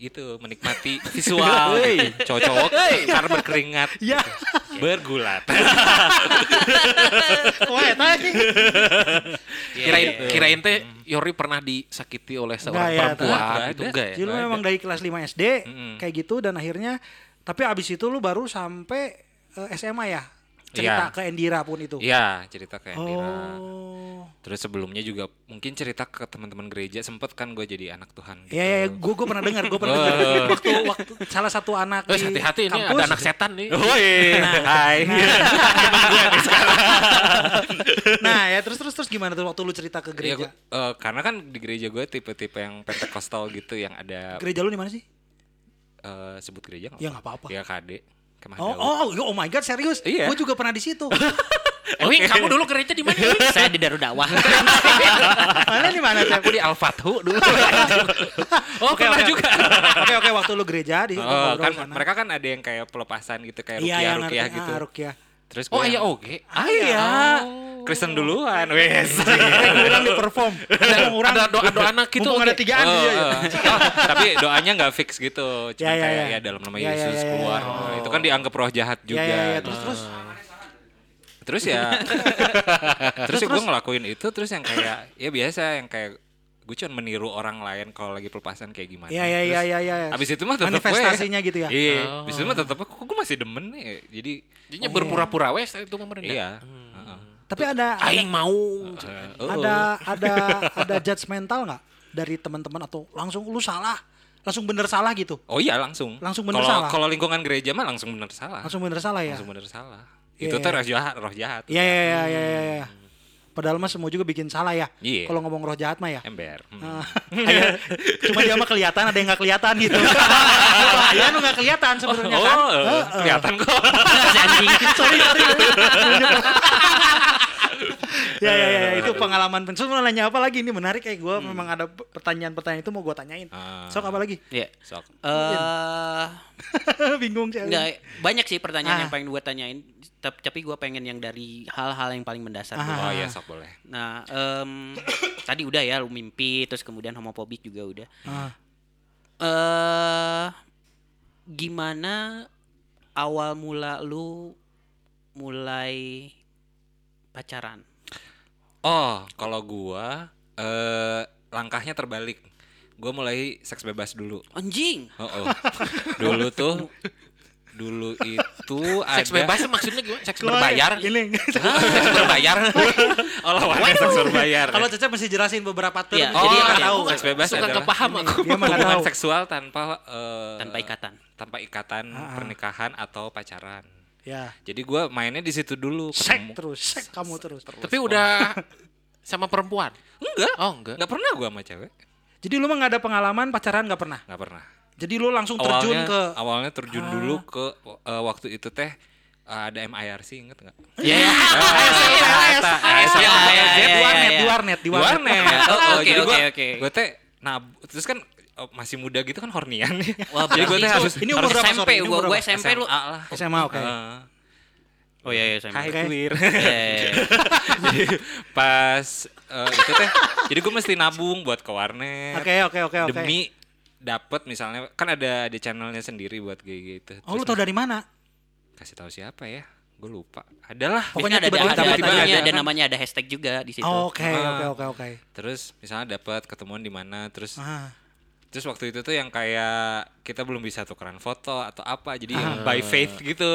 S3: itu menikmati visual gitu. cowok-cowok karena berkeringat
S2: Iya.
S3: gitu. bergulat Iya,
S1: Kirain
S3: gitu.
S1: kirain teh
S3: Hmm.
S1: Yori pernah disakiti oleh seorang
S2: Enggak ya,
S1: perempuan
S3: enggak
S1: gitu
S3: Eh, ada.
S1: enggak ya?
S2: Jadi lu
S3: nggak
S2: memang dari kelas 5 SD kayak gitu dan akhirnya tapi abis itu lu baru sampai eh, SMA ya cerita
S3: Iya.
S2: ke Endira pun itu.
S3: iya cerita kayak Dira
S2: Oh.
S3: terus sebelumnya juga mungkin cerita ke teman-teman gereja sempet kan gue jadi anak Tuhan gitu.
S2: Iya, ya, gue gue pernah dengar, gue pernah
S3: Oh.
S2: dengar waktu waktu salah satu anak
S1: Terus
S2: di
S1: hati-hati Eh, ini
S2: kampus,
S1: ada anak setan nih.
S3: Woi, hai.
S2: Nah ya terus terus terus gimana tuh waktu lu cerita ke
S3: Iya,
S2: gereja?
S3: gua- eh, karena kan di gereja gue tipe-tipe yang Pentecostal gitu yang ada
S2: Gereja lu di mana sih?
S3: eh, sebut gereja nggak?
S2: Ya nggak apa-apa.
S3: Ya KD. Kemah
S2: Oh
S3: Daud. Eh,
S2: oh yo, oh my god serius?
S3: Iya.
S2: Gue juga pernah di situ.
S1: Oh, Wing, kamu dulu gereja di mana? Wing?
S4: saya di Darul Dakwah.
S2: mana di mana? Cep?
S1: Aku di Al-Fathu dulu.
S3: Oh,
S2: Oke,
S3: pernah
S2: oke.
S3: juga.
S2: Oke oke waktu lu gereja di
S3: Eh,
S2: ngobrol
S3: kan
S2: sana.
S3: mereka kan ada yang kayak pelepasan gitu kayak
S2: Iya,
S3: rukiah
S2: yang
S3: rukiah
S2: ngerti.
S3: gitu.
S2: Ah, rukiah.
S3: Terus
S1: Oh,
S3: gua
S1: iya
S3: yang-
S1: oke.
S3: Ah, iya. Kristen duluan,
S2: Oh.
S3: wes.
S2: orang di perform
S1: Ada- ada doa-doana gitu,
S2: mumpung ada
S1: oke.
S2: tigaan
S3: Oh,
S2: dia, ya.
S3: eh. Oh, tapi doanya nggak fix gitu,
S2: Ya,
S3: cuma
S2: ya,
S3: kayak
S2: ya.
S3: ya dalam nama
S2: Ya, ya, ya,
S3: Yesus
S2: ya,
S3: keluar.
S2: ya.
S3: Nah, Itu kan dianggap roh jahat juga. Nah, Oh.
S2: ya ya ya terus terus
S3: terus ya terus, gue ngelakuin itu terus yang kayak ya biasa yang kayak gue cuma meniru orang lain kalau lagi pelepasan kayak gimana
S2: ya ya ya
S3: Terus
S2: ya ya
S3: abis itu mah tetep
S2: manifestasinya gitu ya
S3: iya
S1: Oh.
S3: abis itu mah tetep kok gue masih demen nih jadi
S1: Jadinya berpura-pura wes itu pemerintah.
S3: iya heeh.
S2: tapi ada
S1: Hmm. Aing mau.
S3: Oh,
S2: ada ada ada judgmental nggak dari teman-teman atau langsung lu salah langsung bener salah gitu
S3: oh iya langsung
S2: Langsung bener
S3: Kalau-
S2: salah.
S3: kalau lingkungan gereja mah langsung bener salah
S2: langsung bener salah ya
S3: langsung bener salah
S2: Iya,
S3: itu
S2: iya.
S3: tuh roh jahat roh jahat
S2: ya ya ya ya ya, ya. padahal mah semua juga bikin salah ya
S3: Hmm. Iya.
S2: kalau ngomong roh jahat mah ya
S3: ember Hmm.
S2: Ah, iya. cuma dia mah kelihatan ada yang nggak kelihatan gitu bahaya lu nggak kelihatan sebenarnya kan
S3: oh eh,
S2: Heeh.
S3: kelihatan kok
S2: sorry sorry ya ya
S3: Iya,
S2: ya itu pengalaman pensiun mau nanya apa lagi ini menarik kayak gue memang ada p- pertanyaan-pertanyaan itu mau gue tanyain
S3: Hmm. Ah.
S2: sok apa lagi
S4: Iya.
S3: Sok.
S4: Eh,
S2: bingung sih
S4: enggak banyak sih pertanyaan
S2: Ah.
S4: yang pengen gue tanyain, tap- tapi gue pengen yang dari hal-hal yang paling mendasar.
S2: Ah,
S4: dulu.
S3: oh iya sok boleh
S4: Nah, em, tadi udah ya lu mimpi, terus kemudian homofobik juga udah.
S2: Ah.
S4: Eh, gimana awal mula lu mulai pacaran?
S3: Oh, kalau gua eh langkahnya terbalik. Gua mulai seks bebas dulu.
S4: Anjing.
S3: Oh, oh. dulu tuh dulu itu ada
S1: Seks bebas maksudnya gimana? Seks
S2: Keluar
S1: berbayar.
S2: ini
S1: Seks berbayar.
S3: Oh, lawannya seks berbayar.
S2: kalau Caca mesti jelasin beberapa term
S4: Iya.
S2: jadi
S3: oh,
S2: dia nggak
S3: iya.
S2: tahu
S3: seks bebas
S1: Suka
S3: adalah
S1: nggak paham aku.
S2: dia mah nggak
S3: hubungan
S2: tahu
S3: seksual tanpa eh,
S4: Tanpa ikatan.
S3: tanpa ikatan pernikahan atau pacaran.
S2: ya
S3: Jadi gua mainnya di situ dulu.
S2: sek
S3: Ketemu-
S2: terus sek kamu terus
S1: Tapi udah sama perempuan?
S3: Enggak.
S1: Oh, enggak.
S3: Enggak pernah gua sama cewek.
S2: Jadi lu mah nggak ada pengalaman pacaran nggak pernah.
S3: Enggak pernah.
S2: Jadi lu langsung terjun
S3: Awalnya
S2: ke
S3: awalnya terjun dulu ke eh, waktu itu teh eh, ada MIRC inget enggak?
S1: Ya.
S2: Ah, eh,
S4: Ah,
S2: ASLS, ASLS,
S4: Ya, ya,
S2: ASLS,
S4: ya,
S2: di
S4: ya,
S2: warnet,
S4: ya.
S2: di warnet, di
S3: di
S2: warnet.
S3: warnet.
S4: Oh,
S3: Oh,
S4: oke,
S3: jadi
S4: oke,
S3: gua,
S4: oke.
S3: gua teh nah terus kan eh, masih muda gitu kan hornian.
S4: Wah,
S3: jadi gue
S4: berarti
S3: teh
S4: itu-
S3: harus
S2: ini umur
S3: harus
S2: berapa,
S4: SMP,
S2: sorry? Ini
S4: gua
S2: umur
S4: gua
S2: berapa?
S4: SMP lu.
S3: SMA lah.
S2: SMA oke.
S3: Eh,
S4: Oh iya iya SMP.
S3: Hai
S2: Oke.
S3: queer.
S4: Eh,
S3: Jadi, pas eh, itu teh jadi gue mesti nabung buat ke warnet.
S2: Oke, oke, oke, oke.
S3: Demi dapat misalnya kan ada ada channelnya sendiri buat GG itu.
S2: Oh, lu
S3: Terus
S2: tau dari mana?
S3: kasih tahu siapa ya? Gue lupa. Adalah.
S2: Pokoknya
S4: biasanya ada
S2: tiba-tiba
S4: ada, ada,
S2: tiba-tiba Oh,
S4: itunya,
S3: ada.
S4: ada namanya ada hashtag juga di situ.
S2: Oke, oke,
S3: Ah.
S2: oke, oke.
S3: Terus misalnya dapat ketemuan di mana, terus
S2: Ah.
S3: terus waktu itu tuh yang kayak kita belum bisa tukeran foto atau apa, jadi yang by faith gitu.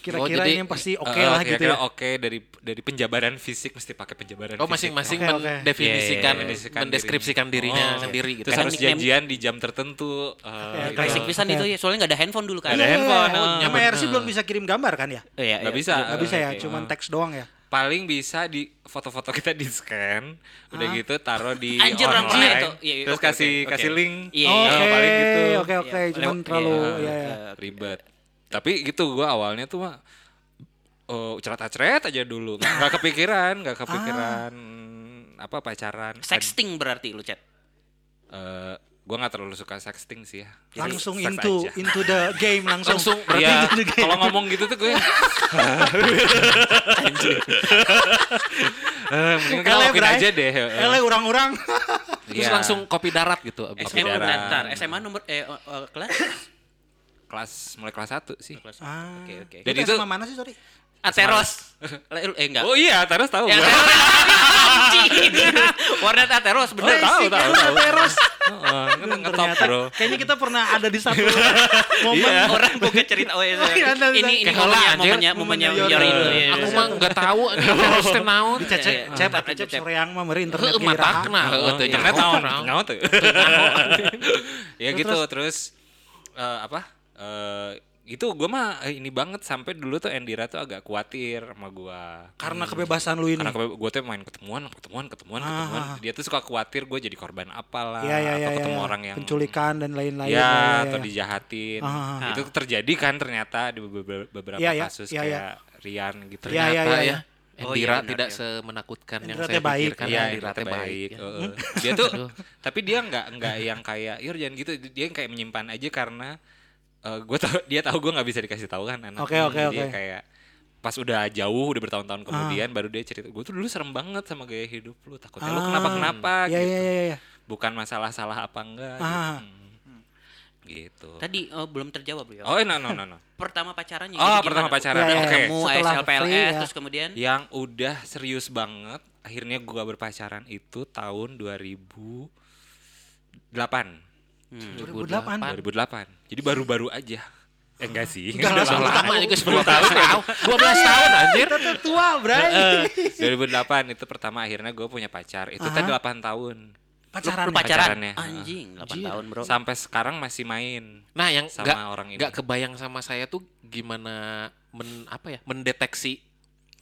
S2: Kira-kira
S1: jadi-
S2: ini yang pasti Ah. oke
S3: Eh,
S2: lah gitu
S3: kira-kira
S2: ya.
S3: Oke dari dari penjabaran fisik mesti pakai penjabaran.
S1: Oh,
S3: fisik.
S1: masing-masing
S2: Oke, oke.
S1: mendefinisikan,
S3: Iya, iya, iya.
S1: mendeskripsikan dirinya
S3: Oh,
S1: sendiri gitu.
S3: Terus
S1: Kan
S3: harus
S4: nickname-
S3: janjian di jam tertentu. eh, gitu.
S4: Basic pisan itu ya, soalnya nggak ada handphone dulu kan.
S3: Nggak ada handphone,
S2: Oh,
S3: ah.
S2: Sama RC belum bisa kirim gambar kan ya?
S4: Iya,
S3: Nggak
S4: iya.
S3: bisa.
S2: Gak bisa ya, cuman teks doang ya.
S3: paling bisa di foto-foto kita di scan udah gitu taruh di
S4: Anjir,
S3: online
S4: Ramzi, itu. Iya, iya,
S3: terus
S4: oke,
S3: kasih
S4: oke, oke.
S3: kasih link
S4: Iya,
S3: Eh,
S4: iya.
S3: paling gitu
S2: Oh,
S3: eh,
S2: Oke, oke, oke.
S4: Iya,
S2: Cuman
S4: lewat-
S2: terlalu
S4: iya.
S2: ya. ya.
S3: ribet tapi gitu gua awalnya tuh mah oh cerat acret aja dulu nggak kepikiran nggak kepikiran
S2: Ah.
S3: apa pacaran
S4: Sexting berarti lu chat.
S3: Eh, gua nggak terlalu suka sexting sih ya Jadi
S2: Langsung
S3: seks
S2: into
S3: aja.
S2: into the game langsung.
S1: Langsung,
S2: Berarti
S3: Iya,
S2: into the game.
S3: kalau ngomong gitu tuh gue Anjing. Eh, mending kita
S2: Ele,
S3: lakuin
S2: Bray.
S3: aja deh. eh.
S2: Ele orang-orang.
S1: Terus
S3: Iya.
S1: langsung kopi darat gitu abis.
S3: Kopi
S1: itu.
S3: darat.
S4: Bentar, SMA nomor eh eh, eh, kelas
S3: kelas mulai kelas 1 sih.
S4: kelas.
S2: Ah.
S4: Oke, oke.
S3: Jadi
S2: Jadi itu
S3: itu-
S2: sama mana sih, sorry?
S4: Ateros. Eh lu- eh, enggak.
S3: Oh iya, terus tahu
S4: Ya,
S3: gua.
S4: Anjing. Warnet Ateros bener.
S2: Basic
S3: tahu, tahu,
S2: anak
S3: tahu.
S2: Teros.
S3: Heeh, kan ngetop,
S2: Ternyata
S3: Bro.
S2: kayaknya kita pernah ada di satu momen.
S3: Iya.
S4: Orang boga cerita oh iya,
S2: Oh, iya,
S4: iya.
S2: ada, ada.
S4: Ini ini
S1: Kayak
S4: momennya
S1: orang, anjir.
S4: momennya momennya
S2: Momennya Yori.
S4: Yori dulu. iya, iya,
S1: Aku
S4: iya.
S1: mah nggak tahu harus teh naon.
S2: Cecep,
S4: Iya, iya.
S2: cep,
S4: Cep,
S2: cep,
S4: cep.
S2: soreang mah meureun internet
S1: Heuh,
S2: ge
S1: mata
S2: iraha.
S1: kena heuh teh.
S3: Internet
S1: nyaho,
S3: tahu,
S1: nyaho.
S2: Iya,
S3: nyaho tuh. Ya gitu terus eh, apa? Eh, itu gua mah eh, ini banget sampai dulu tuh Endira tuh agak khawatir sama gua.
S2: Karena kebebasan lu ini.
S3: Hmm. Karena gue tuh main ketemuan, ketemuan, ketemuan, ketemuan.
S2: Ah.
S3: Dia tuh suka khawatir gue jadi korban apalah
S2: Iya, iya, iya,
S3: atau ketemu
S2: iya.
S3: orang yang
S2: penculikan dan lain-lain.
S3: ya,
S2: iya, iya,
S3: atau
S2: iya.
S3: dijahatin.
S2: Ah, ah,
S4: ah.
S3: Itu terjadi kan ternyata di beberapa, beberapa
S2: Iya, iya,
S3: kasus
S2: iya, iya.
S3: kayak Rian gitu.
S2: Iya, iya,
S1: Ternyata
S2: iya,
S1: ya.
S4: Oh,
S1: Endira
S4: iya, benar,
S1: tidak
S4: iya.
S1: semenakutkan yang
S2: Endira
S1: saya
S2: teh baik.
S1: pikirkan.
S3: Iya,
S1: Endira
S3: Endira
S1: teh baik. ya.
S3: heeh. Dia tuh tapi dia nggak nggak yang kayak Yur jangan gitu. Dia yang kayak menyimpan aja karena gue tau dia tahu gue nggak bisa dikasih tahu kan anak.
S2: Oke, oke,
S3: Dia
S2: oke. Ah.
S3: kayak pas udah jauh udah bertahun-tahun kemudian baru dia cerita gue tuh dulu serem banget sama gaya hidup lu takutnya
S2: Ah.
S3: lu kenapa kenapa
S2: Iya,
S3: gitu
S2: iya, iya, iya.
S3: bukan masalah salah apa enggak
S2: Ah.
S3: gitu, Hmm. gitu.
S4: Tadi oh, belum terjawab ya.
S3: oh no no no no
S4: Pertama pacarannya.
S3: Oh, pertama pacaran.
S2: Iya, iya.
S3: Oke.
S4: Kamu
S2: Setelah
S4: ASL PLS
S2: free, ya.
S4: terus kemudian
S3: yang udah serius banget akhirnya gua berpacaran itu tahun 2008 2008 jadi baru-baru aja eh, enggak sih
S2: Udah
S3: Udah
S2: lama
S3: lama.
S1: Lama juga 10 tahun. 12 tahun anjir.
S2: Kita tuh tua, Bray.
S3: 2008 itu pertama akhirnya gue punya pacar itu tadi 8 tahun
S2: Pacaran.
S4: Lu pacaran.
S3: Pacarannya.
S4: Anjing, 8 tahun, Bro.
S3: sampai sekarang masih main
S1: Nah, yang
S3: Sama
S1: nggak
S3: orang ini.
S1: nggak kebayang sama saya tuh gimana men apa ya mendeteksi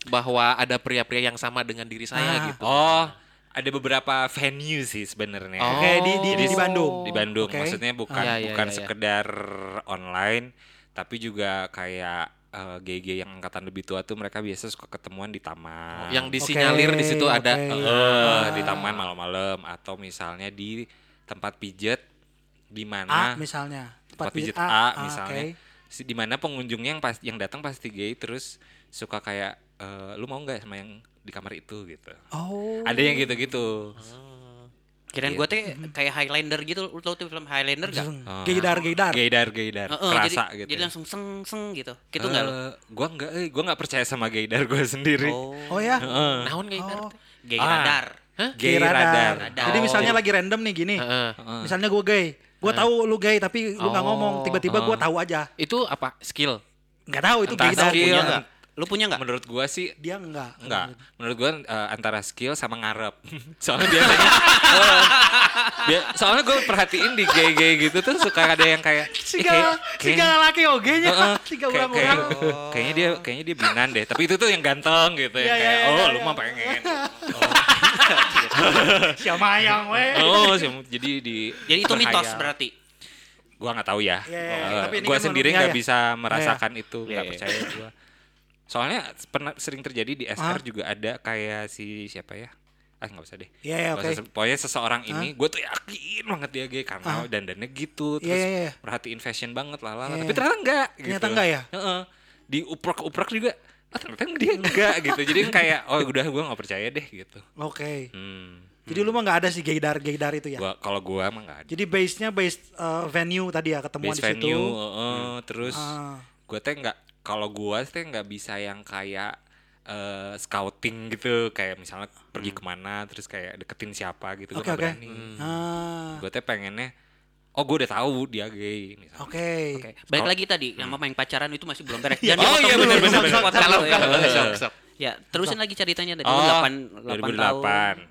S1: bahwa ada pria-pria yang sama dengan diri saya
S2: Ah.
S1: gitu.
S3: oh ada beberapa venue sih sebenarnya
S1: Oh.
S2: Oke, Ya, di di di,
S3: Jadi
S2: di Bandung.
S3: di Bandung
S2: Oke.
S3: maksudnya bukan
S1: Ah, iya, iya,
S3: bukan
S1: iya, iya.
S3: sekedar online tapi juga kayak eh, GG yang angkatan lebih tua tuh mereka biasa suka ketemuan di taman
S1: Yang
S2: Ah, Oke,
S1: disinyalir di situ ada
S2: oke.
S1: eh,
S3: Eh, di taman malam-malam atau misalnya di tempat pijet di
S2: A
S3: mana
S2: misalnya.
S3: Nah. tempat pijet A,
S2: Ah,
S3: misalnya
S2: oke.
S3: si di mana pengunjungnya yang pas yang datang pasti gay terus suka kayak eh, lu mau nggak sama yang di kamar itu gitu
S2: Oh.
S3: ada yang gitu-gitu
S4: Kirain gue
S3: Iya.
S4: teh kayak Highlander gitu, lu tau tuh film Highlander gak?
S3: Oh.
S2: Gaydar, gaydar.
S3: gaydar gaydar
S4: jadi,
S3: kerasa gitu
S4: jadi langsung seng seng gitu. Gitu nggak lo?
S3: Eh, Gua enggak, eh, gua enggak percaya sama gaydar gua sendiri.
S4: Oh,
S2: Oh ya.
S3: Heeh.
S1: naon kayak gitu.
S2: Oh.
S4: gay
S3: Ah.
S4: radar.
S2: Gay
S3: Gay
S2: radar.
S3: radar. Oh.
S2: Jadi misalnya lagi random nih gini.
S1: Heeh.
S2: Misalnya gue gay. Gue tahu lu gay tapi lu nggak
S1: Oh.
S2: ngomong. Tiba-tiba gue tahu aja.
S1: Itu apa? Skill.
S2: Nggak tahu itu
S3: Entah
S2: gaydar.
S3: skill.
S4: Punya
S3: Iya.
S4: nggak? Lu punya nggak?
S3: Menurut gua sih
S2: Dia enggak.
S3: enggak. Menurut gua eh, antara skill sama ngarep. soalnya biasanya eh, bia- soalnya gua perhatiin di gay-gay gitu tuh suka ada yang kayak eh,
S2: Tiga,
S3: kayak-
S2: tiga
S3: kayak-
S2: laki OG-nya.
S3: Heeh,
S2: Tiga
S3: kayak-
S2: orang-orang.
S3: kayak- Kayaknya dia kayaknya dia binan deh, tapi itu tuh yang ganteng gitu yang
S2: Iya, iya,
S3: kayak
S2: iya,
S3: oh
S2: iya.
S3: lu mah pengen.
S2: Siapa yang weh?
S3: Oh, sih, jadi di
S4: Jadi itu mitos
S3: berhayal.
S4: berarti.
S3: Gua nggak tahu ya.
S2: Iya, iya, iya.
S3: Eh,
S2: Tapi ini
S3: gua
S2: kan
S3: sendiri
S2: menurut-
S3: nggak
S2: iya, iya.
S3: bisa merasakan itu,
S4: Iya,
S3: nggak
S4: iya.
S3: percaya gua. Soalnya pernah sering terjadi di SR juga ada kayak si siapa ya? Ah nggak usah deh.
S2: Iya, iya,
S3: Nggak usah
S2: oke.
S3: sebut. Pokoknya seseorang ini, gue tuh yakin banget dia gay karena dandannya gitu, terus
S2: iya, iya.
S3: perhatiin fashion banget lah, lah, lah.
S2: Iya,
S3: Tapi
S2: iya.
S3: ternyata enggak. Gitu.
S2: Ternyata nggak ya?
S3: Heeh. Diuprek-uprek juga. Ah, ternyata dia enggak gitu. Jadi kayak, oh udah gue nggak percaya deh gitu.
S2: Oke.
S3: Hmm.
S2: Jadi lu mah nggak ada si gaydar gaydar itu ya?
S3: Gua kalau gua emang nggak ada.
S2: Jadi base-nya base eh, venue tadi ya ketemuan
S3: Base
S2: di situ.
S3: venue, heeh, terus
S2: Ah.
S3: gue teh nggak kalau gua teh nggak bisa yang kayak eh, scouting gitu kayak misalnya pergi kemana terus kayak deketin siapa gitu gue
S2: Hmm. Oke oke.
S3: berani
S2: Ah,
S3: gue teh pengennya oh gue udah tahu dia gay misalnya
S2: Oke.
S4: Oke. Balik lagi tadi sama yang pacaran itu masih belum beres.
S3: Hmm. Iya.
S4: Jangan
S3: Oh,
S4: dipotong
S3: iya,
S4: dulu,
S3: benar, benar,
S4: jangan
S3: benar.
S4: dipotong dulu ya.
S1: Sok, sok.
S4: Ya, terusin lagi ceritanya tadi.
S3: oh
S4: 8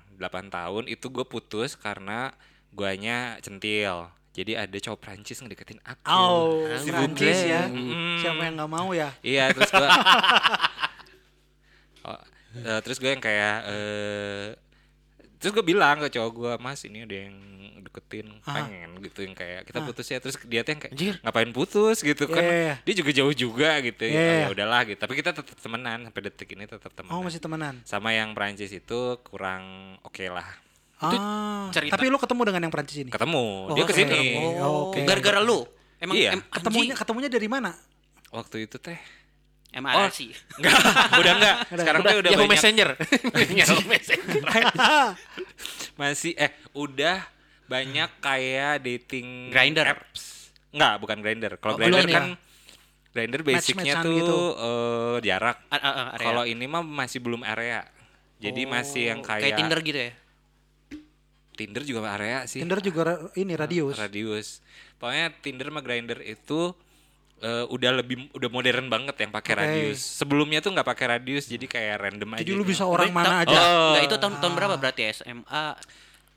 S3: 2008 8 tahun itu gue putus karena guanya centil jadi ada cowok Prancis ngedeketin aku
S2: Oh,
S3: Ah,
S2: si
S3: buble.
S2: Prancis ya.
S3: Mm.
S2: Siapa yang nggak mau ya?
S3: Iya terus gue Oh, eh, Terus gue yang kayak eh, Terus gue bilang ke cowok gue Mas ini ada yang deketin pengen gitu yang kayak kita putus ya terus dia tuh yang kayak ngapain putus gitu kan
S2: Iya, iya.
S3: dia juga jauh juga gitu
S2: Iya,
S3: ya
S2: iya.
S3: "Oh, ya udahlah gitu tapi kita tetap temenan sampai detik ini tetap temenan
S2: Oh, masih temenan.
S3: sama yang Prancis itu kurang oke lah
S2: Ah,
S1: cerita.
S2: tapi lu ketemu dengan yang Prancis ini?
S3: ketemu
S2: Oh,
S3: dia kesini
S2: ketemu.
S4: Oh,
S2: Oke.
S4: gara-gara lu. Emang
S3: Iya.
S4: em,
S2: Ketemunya ketemunya dari mana?
S3: waktu itu teh
S4: Emang oh. sih.
S3: enggak udah enggak sekarang teh
S2: Ya,
S3: udah
S1: Yahoo
S3: banyak
S1: Messenger. Yahoo Messenger.
S3: masih eh udah banyak kayak dating
S4: Grindr.
S3: apps nggak bukan grinder
S2: Oh,
S3: kalau grinder
S2: belum ya?
S3: kan grinder basicnya
S2: Match-matchan
S3: tuh
S2: gitu.
S3: eh, jarak
S4: A- a- a- area.
S3: kalau ini mah masih belum area jadi
S2: Oh,
S3: masih yang kayak,
S4: Kayak Tinder gitu ya.
S3: Tinder juga area sih
S2: Tinder juga ra- ini radius.
S3: radius pokoknya Tinder sama grinder itu eh, udah lebih udah modern banget yang pakai
S2: Oke.
S3: radius sebelumnya tuh nggak pakai radius jadi kayak random aja
S2: Jadi lu
S3: gitu.
S2: bisa orang
S4: Tapi
S2: mana
S4: ta-
S2: aja.
S4: Enggak, itu tahun
S3: Ah.
S4: tahun berapa berarti ya? SMA.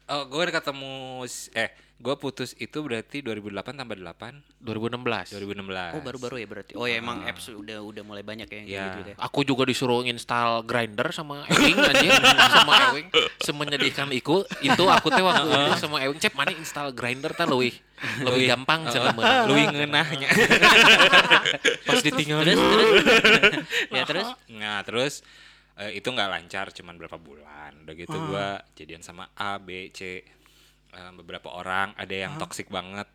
S3: oh, gue ketemu s- eh gue putus itu berarti 2008 tambah 8
S1: 2016.
S3: 2016
S4: Oh, baru-baru ya berarti. Oh ya emang apps udah udah mulai banyak ya yang kayak
S3: Iya.
S4: gitu ya.
S1: Aku juga disuruh install grinder sama Ewing anjir, sama Ewing. Semenyedihkan iku, itu aku teh waktu itu sama Ewing cep mana install grinder tah leuwih leuwih gampang cenah meureun."
S3: Lui ngeunahnya.
S1: Pas ditinggal
S4: Terus terus. ya terus.
S3: Nah, terus eh, itu nggak lancar cuman berapa bulan. Udah
S2: Ah.
S3: gitu gua jadian sama A, B, C eh, beberapa orang, ada
S2: Ah.
S3: yang toksik banget.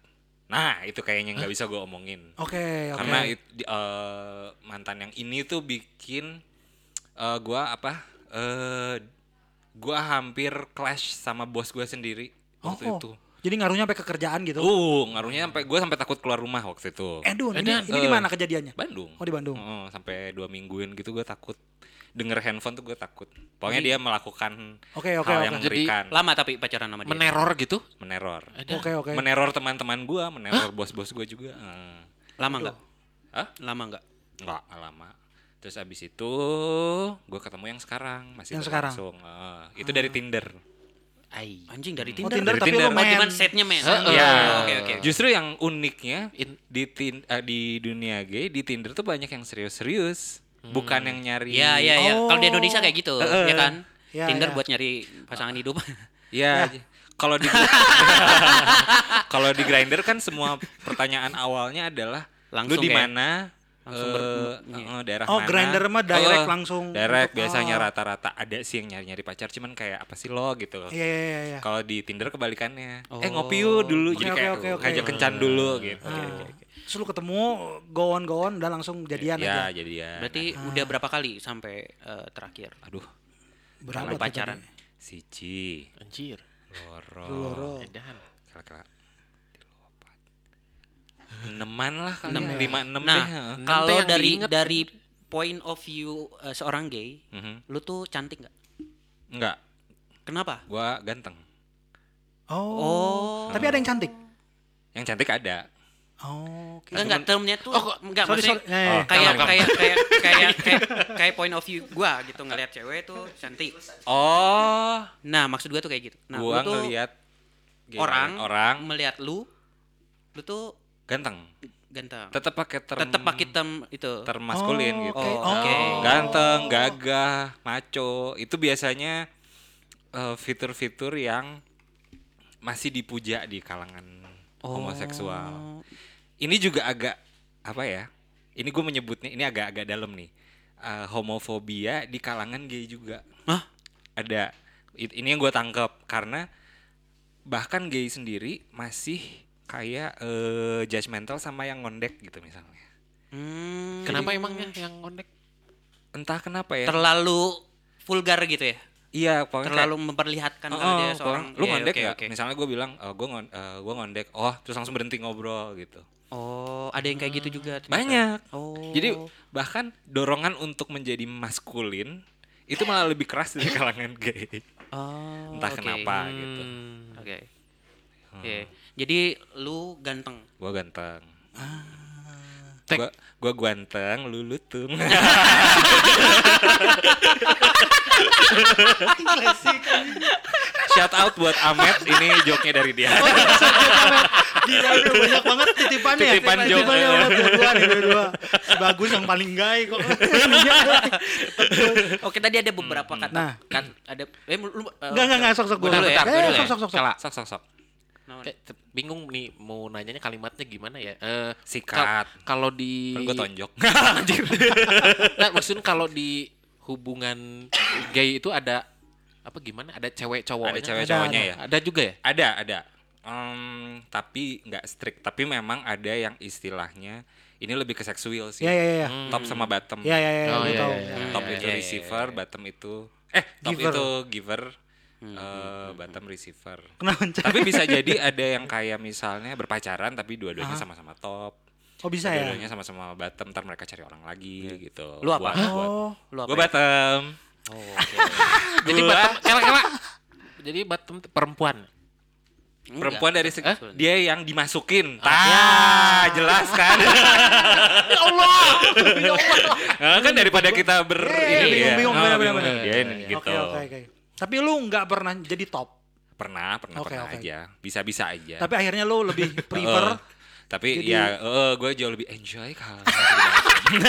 S3: Nah, itu kayaknya nggak bisa gua omongin.
S2: Oke, oke.
S3: Karena it- di- eh, mantan yang ini tuh bikin eh, gua apa? eh gua hampir clash sama bos gua sendiri
S2: Oh,
S3: waktu
S2: oh.
S3: itu.
S2: Jadi ngaruhnya sampai ke kerjaan gitu.
S3: Uh, ngaruhnya sampai gua sampai takut keluar rumah waktu itu.
S2: Edun, ini,
S3: Edan,
S2: ini di
S3: eh.
S2: mana kejadiannya?
S3: Bandung.
S2: Oh, di Bandung.
S3: Heeh, sampai dua mingguin gitu gue takut denger handphone tuh gue takut. Pokoknya dia melakukan
S2: Oke, oke,
S3: hal
S2: oke.
S3: yang
S1: Jadi,
S3: mengerikan,
S4: Lama tapi pacaran sama dia.
S1: meneror gitu.
S3: meneror,
S2: Oke, oke.
S3: meneror teman-teman gue, meneror bos-bos gue juga. Heeh.
S4: Lama enggak?
S3: Hah?
S4: Lama enggak?
S3: Nggak lama. Terus abis itu gue ketemu yang sekarang masih
S2: Yang sekarang? Ah.
S3: berlangsung. Heeh. itu dari Tinder.
S4: Ai. Anjing dari
S2: Oh,
S4: Tinder.
S2: Tinder
S3: Dari
S2: tapi
S3: Tinder.
S2: lu
S4: Oh,
S2: main.
S4: cuman setnya
S2: Eh.
S4: men.
S1: Heeh.
S4: Iya,
S3: Iya.
S4: Oke oke.
S3: Justru yang uniknya
S1: In-
S3: di tin- eh, di dunia gay di Tinder tuh banyak yang serius-serius,
S2: Hmm.
S3: bukan yang nyari.
S4: Iya iya iya. Kalau di Indonesia kayak gitu, ya kan?
S2: Iya,
S4: Tinder
S2: iya.
S4: buat nyari pasangan hidup.
S3: Ya, j- kalau di kalau di grinder kan semua pertanyaan awalnya adalah
S4: Langsung
S3: lu di
S4: kayak-
S3: mana?
S4: langsung
S3: eh,
S4: ber-
S3: eh,
S4: iya.
S3: daerah
S2: Oh,
S3: mana?
S2: Grindr mah direct
S3: Eh,
S2: langsung.
S3: Direct
S2: Oh.
S3: biasanya rata-rata ada sih yang nyari-nyari pacar cuman kayak apa sih lo gitu.
S2: Iya, iya, iya, iya.
S3: Kalau di Tinder kebalikannya. Eh
S4: Oh.
S3: ngopi yuk dulu
S2: Oke,
S3: jadi
S2: oke,
S3: kayak
S2: oke, oke.
S3: ngajak kencan dulu gitu.
S2: Ah.
S3: Oke, oke, oke.
S2: Terus lu ketemu go on go on udah langsung jadian aja.
S3: Ya, jadi ya.
S4: Berarti udah berapa kali sampai eh, terakhir?
S3: aduh,
S2: Berapa
S4: Sampai
S2: tuh
S4: pacaran.
S2: tadi?
S3: siji,
S1: Anjir.
S3: loro,
S2: Loro.
S1: Edan.
S3: kala-kala. Eneman lah kali, ya.
S4: Enam.
S3: lima enam
S4: Nah,
S3: deh. heeh.
S1: Nanti
S4: kalau
S1: yang
S4: dari
S1: diinget.
S4: dari point of view eh, seorang gay,
S3: Mhm.
S4: lu tuh cantik nggak?
S3: Enggak,
S4: Kenapa?
S3: gua ganteng.
S2: Oh. Tapi ada yang cantik.
S3: Yang cantik ada.
S2: Oh, oke.
S4: Enggak, termnya tuh enggak
S2: sorry,
S4: maksudnya Oh, kan
S2: sorry. Ya, ya, ya.
S4: kayak
S1: Kamu, kamu.
S4: kayak kayak kayak kayak kayak point of view gua gitu ngelihat cewek tuh cantik.
S3: Oh,
S4: Nah, maksud gua tuh kayak gitu. Nah,
S3: gua
S4: lu tuh
S3: ngelihat gimana?
S4: orang
S3: orang
S4: melihat lu lu tuh
S3: ganteng.
S4: ganteng.
S3: Tetap pakai term
S4: Tetap pakai term itu.
S3: term maskulin
S2: Oh,
S3: gitu.
S2: oke.
S4: Oh, oke.
S3: Ganteng, gagah, maco. Itu biasanya eh, fitur-fitur yang masih dipuja di kalangan
S4: Oh.
S3: homoseksual. Ini juga agak apa ya? Ini gue menyebutnya ini agak-agak dalam nih. Eh, homofobia di kalangan gay juga.
S4: Hah?
S3: Ada. It- Ini yang gue tangkap karena bahkan gay sendiri masih kayak eh, judgmental sama yang ngondek gitu misalnya.
S4: Hmm,
S1: Kenapa emangnya yang ngondek?
S3: Entah kenapa ya.
S4: terlalu vulgar gitu ya?
S3: iya, pokoknya kayak-
S4: Terlalu memperlihatkan kalau
S3: Oh,
S4: dia
S3: orang,
S4: seorang
S3: lu
S4: Iya,
S3: ngondek
S4: oke,
S3: nggak?
S4: oke.
S3: Misalnya gue bilang, "Eh, gue ngon- eh, gue ngondek, oh terus langsung berhenti ngobrol gitu.
S4: Oh, ada yang kayak gitu juga. ternyata.
S3: Banyak.
S4: Oh.
S3: Jadi bahkan dorongan untuk menjadi maskulin itu malah lebih keras dari kalangan gay.
S4: Oh,
S3: Entah
S4: oke.
S3: kenapa gitu.
S4: Hmm, Oke.
S2: Hmm.
S4: Oke. Jadi lu ganteng.
S3: Gue ganteng.
S4: Ah.
S3: Gue gue ganteng, lu lutung. Shout out buat Amet, ini joke-nya dari dia.
S4: Oh.
S2: Gila udah banyak banget titipannya. ya,
S3: Titipan joke.
S2: Titipannya banget dua-dua nih dua-dua. Si Bagus yang paling gay kok.
S4: Oke, tadi ada beberapa kata.
S2: Nah.
S4: Kan ada eh lu eh,
S2: Enggak enggak enggak sok sok
S4: Gua dulu ya, gua dulu
S2: Eh, Sok
S4: ya.
S2: sok sok sok.
S3: Salah, sok sok sok.
S4: no, no.
S1: Kayak te- bingung nih mau nanyanya kalimatnya gimana ya? Eh
S3: Sikat.
S1: kal- Kalau di
S3: Kan gue tonjok.
S4: Iya.
S1: Nah, maksudnya kalau di hubungan gay itu ada apa gimana? Ada cewek cowoknya?
S3: Ada cewek
S2: Ada,
S3: cowoknya ya.
S1: Ada juga ya?
S3: Ada, ada. Em, tapi nggak strict. Tapi memang ada yang istilahnya ini lebih ke seksual sih.
S2: Ya
S3: Hmm.
S2: ya ya.
S3: Top sama bottom.
S2: Ya ya ya,
S1: Oh,
S2: gue
S1: iya,
S2: tahu.
S1: iya, iya.
S3: Top itu
S4: iya, iya,
S3: receiver, bottom itu eh
S2: ya,
S3: top
S2: Giver.
S3: itu giver,
S2: Hmm,
S3: eh, bottom receiver.
S2: Kenapa mencet?
S3: tapi bisa jadi ada yang kayak misalnya berpacaran tapi dua-duanya sama-sama top.
S2: Oh bisa ya.
S3: Dua-duanya sama-sama bottom, ntar mereka cari orang lagi gitu.
S4: Lu apa?
S3: Buat,
S2: Iya. Oh.
S4: Lu apa?
S3: Gue bottom.
S1: Jadi bottom, kela, kela. Jadi bottom t- perempuan.
S4: Enggak.
S3: Perempuan dari segi-
S4: Eh?
S3: dia yang
S2: Ah. Ya.
S3: dimasukin. Tah, jelas kan?
S1: Ya Allah.
S3: Nah, kan daripada kita ber
S2: Iya, Ya iya,
S3: ini ya.
S2: bingung, bingung,
S3: Oh,
S2: benar,
S3: bingung.
S2: benar, benar.
S3: Iya, ini gitu.
S2: Oke oke oke. Tapi lu nggak pernah jadi top.
S3: Pernah, pernah,
S2: Oke,
S3: pernah
S2: oke.
S3: aja. Bisa-bisa aja.
S2: Tapi akhirnya lu lebih prefer.
S3: Eh, tapi
S2: Jadi-
S3: ya gue jauh lebih enjoy kalau gitu.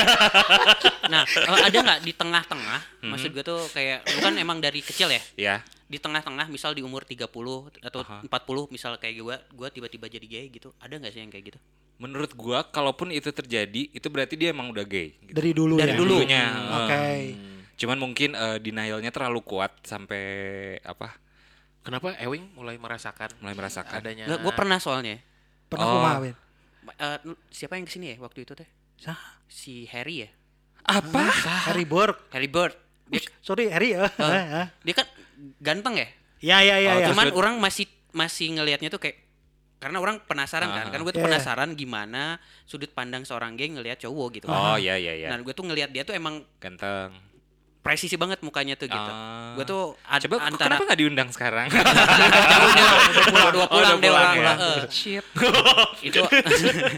S4: Nah, eh, ada nggak di tengah-tengah?
S2: Hmm.
S4: Maksud gue tuh kayak lu kan emang dari kecil ya?
S3: ya.
S4: Di tengah-tengah misal di umur 30 atau 40 misal kayak gue gue tiba-tiba jadi gay gitu. Ada nggak sih yang kayak gitu?
S3: Menurut gua kalaupun itu terjadi, itu berarti dia emang udah gay. gitu.
S2: Dari dulu
S4: Dari
S2: ya.
S4: dulu.
S3: Dulunya,
S2: Oke.
S3: eh, Cuman mungkin eh, denialnya terlalu kuat sampai apa?
S1: Kenapa Ewing mulai merasakan
S3: Mulai
S2: Ya.
S3: merasakan.
S1: adanya?
S4: Nggak, gue pernah soalnya.
S2: Pernah
S3: Oh.
S2: kumaha, Win?
S4: Ma- eh, lu- siapa yang kesini ya waktu itu teh?
S2: Sah.
S4: Si Harry ya?
S3: Apa?
S2: Harry Burke.
S4: Harry Bird. Dia,
S2: Sorry Harry ya.
S4: dia kan ganteng ya?
S2: Ya ya ya
S3: Oh,
S2: ya.
S3: terus
S4: Cuman
S3: lu-
S4: orang masih masih ngelihatnya tuh kayak karena orang penasaran
S3: Ah,
S4: kan, karena gue tuh
S2: Iya.
S4: penasaran gimana sudut pandang seorang gay ngelihat cowok gitu.
S3: Oh, iya iya iya.
S4: Nah, gue tuh ngelihat dia tuh emang
S3: Ganteng.
S4: presisi banget mukanya tuh gitu.
S3: Ah.
S4: Gue tuh ad-
S3: Coba
S4: antara
S3: kenapa nggak diundang sekarang? Iya,
S4: dua dua pulang deh
S3: pulang
S4: orang.
S3: ya.
S4: Heeh. Shit. Itu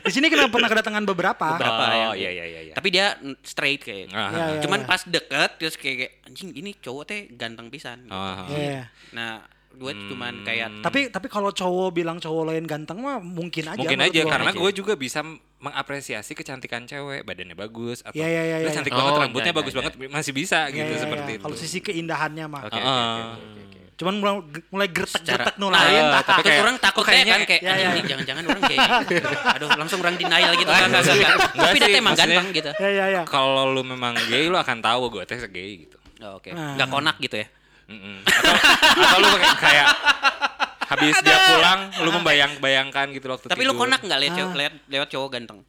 S2: Di sini kenapa pernah kedatangan beberapa?
S4: berapa ya?
S3: Oh, iya iya iya iya.
S4: Tapi dia mm, straight kayak.
S3: Ah,
S2: Ya, ya,
S4: Cuman
S2: ya.
S4: pas deket terus kayak, kayak, anjing ini cowok teh ganteng pisan. gitu.
S3: ah, ah.
S2: Ya, ya.
S4: Nah, gue cuman kayak
S3: Hmm.
S2: Tapi tapi kalau cowok bilang cowok lain ganteng mah mungkin aja.
S3: Mungkin
S2: Ya, menurut
S3: aja
S2: gua.
S3: karena
S1: Aja.
S3: gue juga bisa m- mengapresiasi kecantikan cewek, badannya bagus atau
S2: Iya, iya, iya,
S3: "Lu
S2: iya,
S3: cantik
S1: iya.
S3: banget
S1: Oh,
S3: rambutnya
S1: iya, iya,
S3: bagus
S1: iya.
S3: banget masih bisa
S2: Ya, ya,
S3: gitu
S2: ya.
S3: seperhannya
S2: Kalau sisi keindahannya mah.
S1: Oke, oke, oke, oke, oke, oke.
S2: Cuman mulai, mulai gretek-gretek nu
S4: Nah,
S2: lain.
S4: iya,
S2: tah.
S4: terus
S3: Eh, kayak-
S4: orang takut
S3: kok kayaknya- iya,
S4: kayaknya kan kayak
S2: Ya, ya.
S4: "Anjing, jangan-jangan orang kayak gitu." aduh langsung orang denial gitu
S3: Ah,
S4: kan
S3: enggak, enggak,
S4: kan, kan.
S3: enggak.
S4: tapi
S3: Enggak
S4: dia
S3: sih,
S4: emang
S3: maksudnya-
S4: ganteng gitu
S2: Ya ya ya.
S3: Kalau lu memang gay lu akan tahu gue tes gay gitu.
S4: Oh, oke
S2: Nah.
S4: nggak konak gitu ya
S3: Mm-mm. Atau, atau lu kayak- kayak habis dia pulang lu membayang-bayangkan gitu waktu
S4: tapi lu
S3: tidur.
S4: konak nggak lihat cowok lihat lewat cowok ganteng
S3: Iya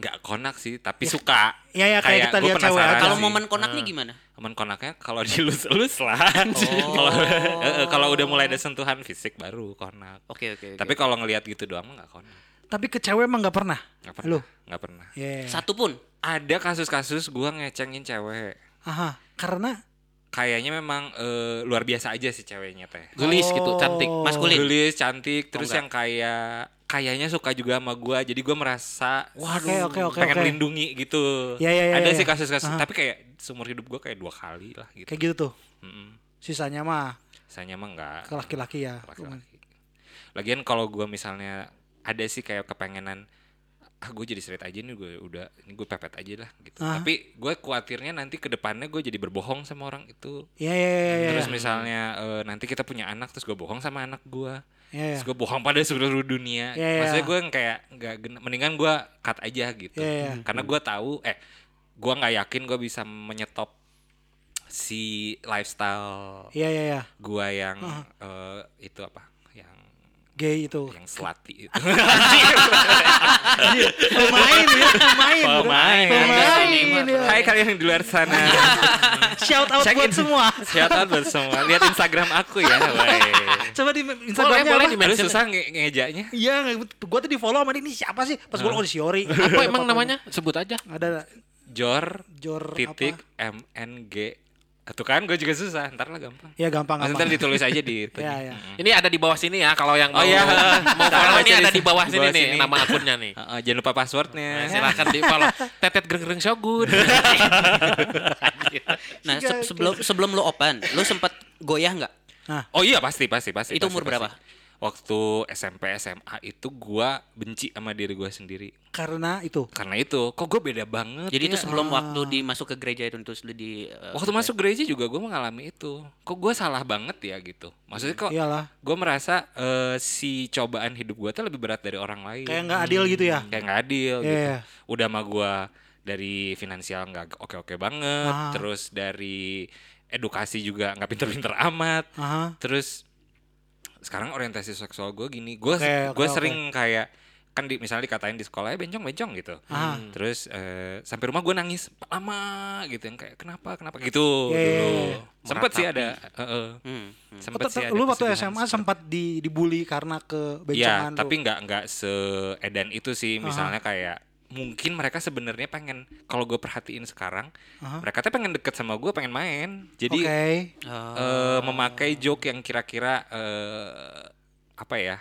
S3: Nggak konak sih, tapi suka.
S2: Iya, iya, kayak kita
S3: gua
S2: lihat cewek
S3: penasaran
S2: aja.
S4: kalau
S3: sih. Ah.
S4: momen konaknya gimana
S3: momen konaknya kalau dilus-lus lah.
S2: Oh.
S3: Kalau eh, eh, kalau udah mulai ada sentuhan fisik baru konak.
S4: oke oke oke.
S3: Tapi kalau ngelihat gitu doang mah nggak konak.
S2: Tapi ke cewek mah nggak pernah.
S3: Nggak
S2: Lu?
S3: pernah. Nggak pernah.
S2: Ya. ya.
S4: satu pun
S3: Ada kasus-kasus gua ngecengin cewek.
S2: Aha. Karena
S3: Kayaknya memang eh, luar biasa aja sih ceweknya teh.
S1: Gelis gitu, cantik.
S2: Oh.
S4: maskulin
S3: Gelis, cantik, terus
S1: enggak.
S3: yang kayak kayaknya suka juga sama gua. Jadi gua merasa waduh
S2: oke, oke,
S3: pengen
S2: oke.
S3: melindungi gitu.
S2: Ya, ya, ya, ya,
S3: Ada sih
S2: ya.
S3: kasus-kasus,
S2: Aha.
S3: tapi kayak seumur hidup gua kayak dua kali lah gitu.
S2: kayak gitu tuh.
S3: Mm-mm.
S2: Sisanya mah
S3: Sisanya mah enggak.
S2: ke laki-laki ya.
S3: laki-laki. Lagian kalau gua misalnya ada sih kayak kepengenan ah gue jadi straight aja nih gue udah ini gue pepet aja lah gitu
S2: Ah.
S3: tapi gue khawatirnya nanti ke depannya gue jadi berbohong sama orang itu
S2: Iya iya iya iya.
S3: terus misalnya eh, nanti kita punya anak terus gue bohong sama anak gue
S2: Iya, iya.
S3: terus gue bohong pada seluruh dunia
S2: Iya, iya.
S3: maksudnya gue yang kayak nggak gena- mendingan gue cut aja gitu
S2: Iya, iya.
S3: karena gue tahu eh gue nggak yakin gue bisa menyetop si lifestyle
S2: Iya iya iya.
S3: gue yang eh, itu apa yang
S2: Gay itu.
S3: yang selati itu
S2: Pemain ya, pemain. bro.
S3: Pemain.
S2: Pemain. ya.
S3: Hai kalian yang di luar sana
S2: Shout out
S3: Check
S2: buat
S3: in.
S2: semua.
S3: Shout out buat semua Lihat Instagram aku ya woy.
S2: Coba di
S1: boleh
S2: Instagramnya
S1: boleh
S2: apa?
S1: di
S3: Lu
S1: mention
S3: susah nge ngejanya
S2: Iya, gue tuh di follow sama dia, ini siapa sih? Pas gue oh, di Shiori.
S1: apa emang namanya sebut aja
S2: Ada
S3: Jor
S2: Jor
S3: titik
S2: apa?
S3: MNG Tuh kan gue juga susah Ntar lah gampang
S2: Ya gampang
S3: Langsung Ntar
S2: gampang.
S3: ditulis aja di itu
S2: Iya iya.
S1: ini ada di bawah sini ya kalau yang
S3: Oh
S1: mau
S3: iya.
S1: mau follow ini ada di bawah
S3: Bawah
S1: sini nih
S3: sini.
S1: nama akunnya nih
S3: Heeh, Jangan
S1: Nah,
S3: lupa passwordnya
S1: silakan di follow tetet gereng shogun
S4: Nah, se-
S2: Tiga,
S4: sebelum sebelum lu open, lu sempat goyah nggak?
S2: Nah,
S3: Oh iya pasti pasti pasti
S4: Itu
S3: pasti,
S4: umur
S3: pasti.
S4: berapa?
S3: Waktu SMP SMA itu gue benci sama diri gue sendiri
S2: Karena itu.
S3: Karena itu kok gue beda banget ya?
S4: Jadi itu sebelum waktu dimasuk ke gereja itu terus lu di eh,
S3: Waktu masuk gereja juga gue mengalami itu. Kok gue salah banget ya gitu. Maksudnya kok
S2: Iyalah.
S3: gue merasa eh, si cobaan hidup gue tuh lebih berat dari orang lain. Hmm,
S2: Kayak nggak adil gitu ya?
S3: Kayak nggak adil gitu.
S2: Iya.
S3: Udah mah gue dari finansial nggak oke-oke banget.
S2: Ah.
S3: Terus dari edukasi juga nggak pinter-pinter amat.
S2: Aha.
S3: Terus sekarang orientasi seksual gue gini. Gue
S2: Oke, oke,
S3: gue
S2: oke.
S3: sering kayak kan di, misalnya dikatain di sekolah bencong bencong gitu
S2: Ah.
S3: terus eh, sampai rumah gue nangis lama gitu yang kayak kenapa kenapa gitu
S2: Iya, iya,
S3: dulu
S2: iya.
S3: sempet sih ada eh, eh.
S4: Hmm, hmm.
S3: sempet
S2: Oh, Tetep-
S3: sih ada
S2: lu waktu SMA
S3: kesedihan seperti-
S2: sempat di, dibully karena
S3: ya
S2: kebencangan
S3: tapi
S2: kan, lu.
S3: nggak nggak seedan itu sih misalnya kayak mungkin mereka sebenarnya pengen kalau gue perhatiin sekarang
S2: Aha.
S3: mereka tuh pengen deket sama gue pengen main
S2: Oke.
S3: jadi eh, memakai joke yang kira-kira eh, apa ya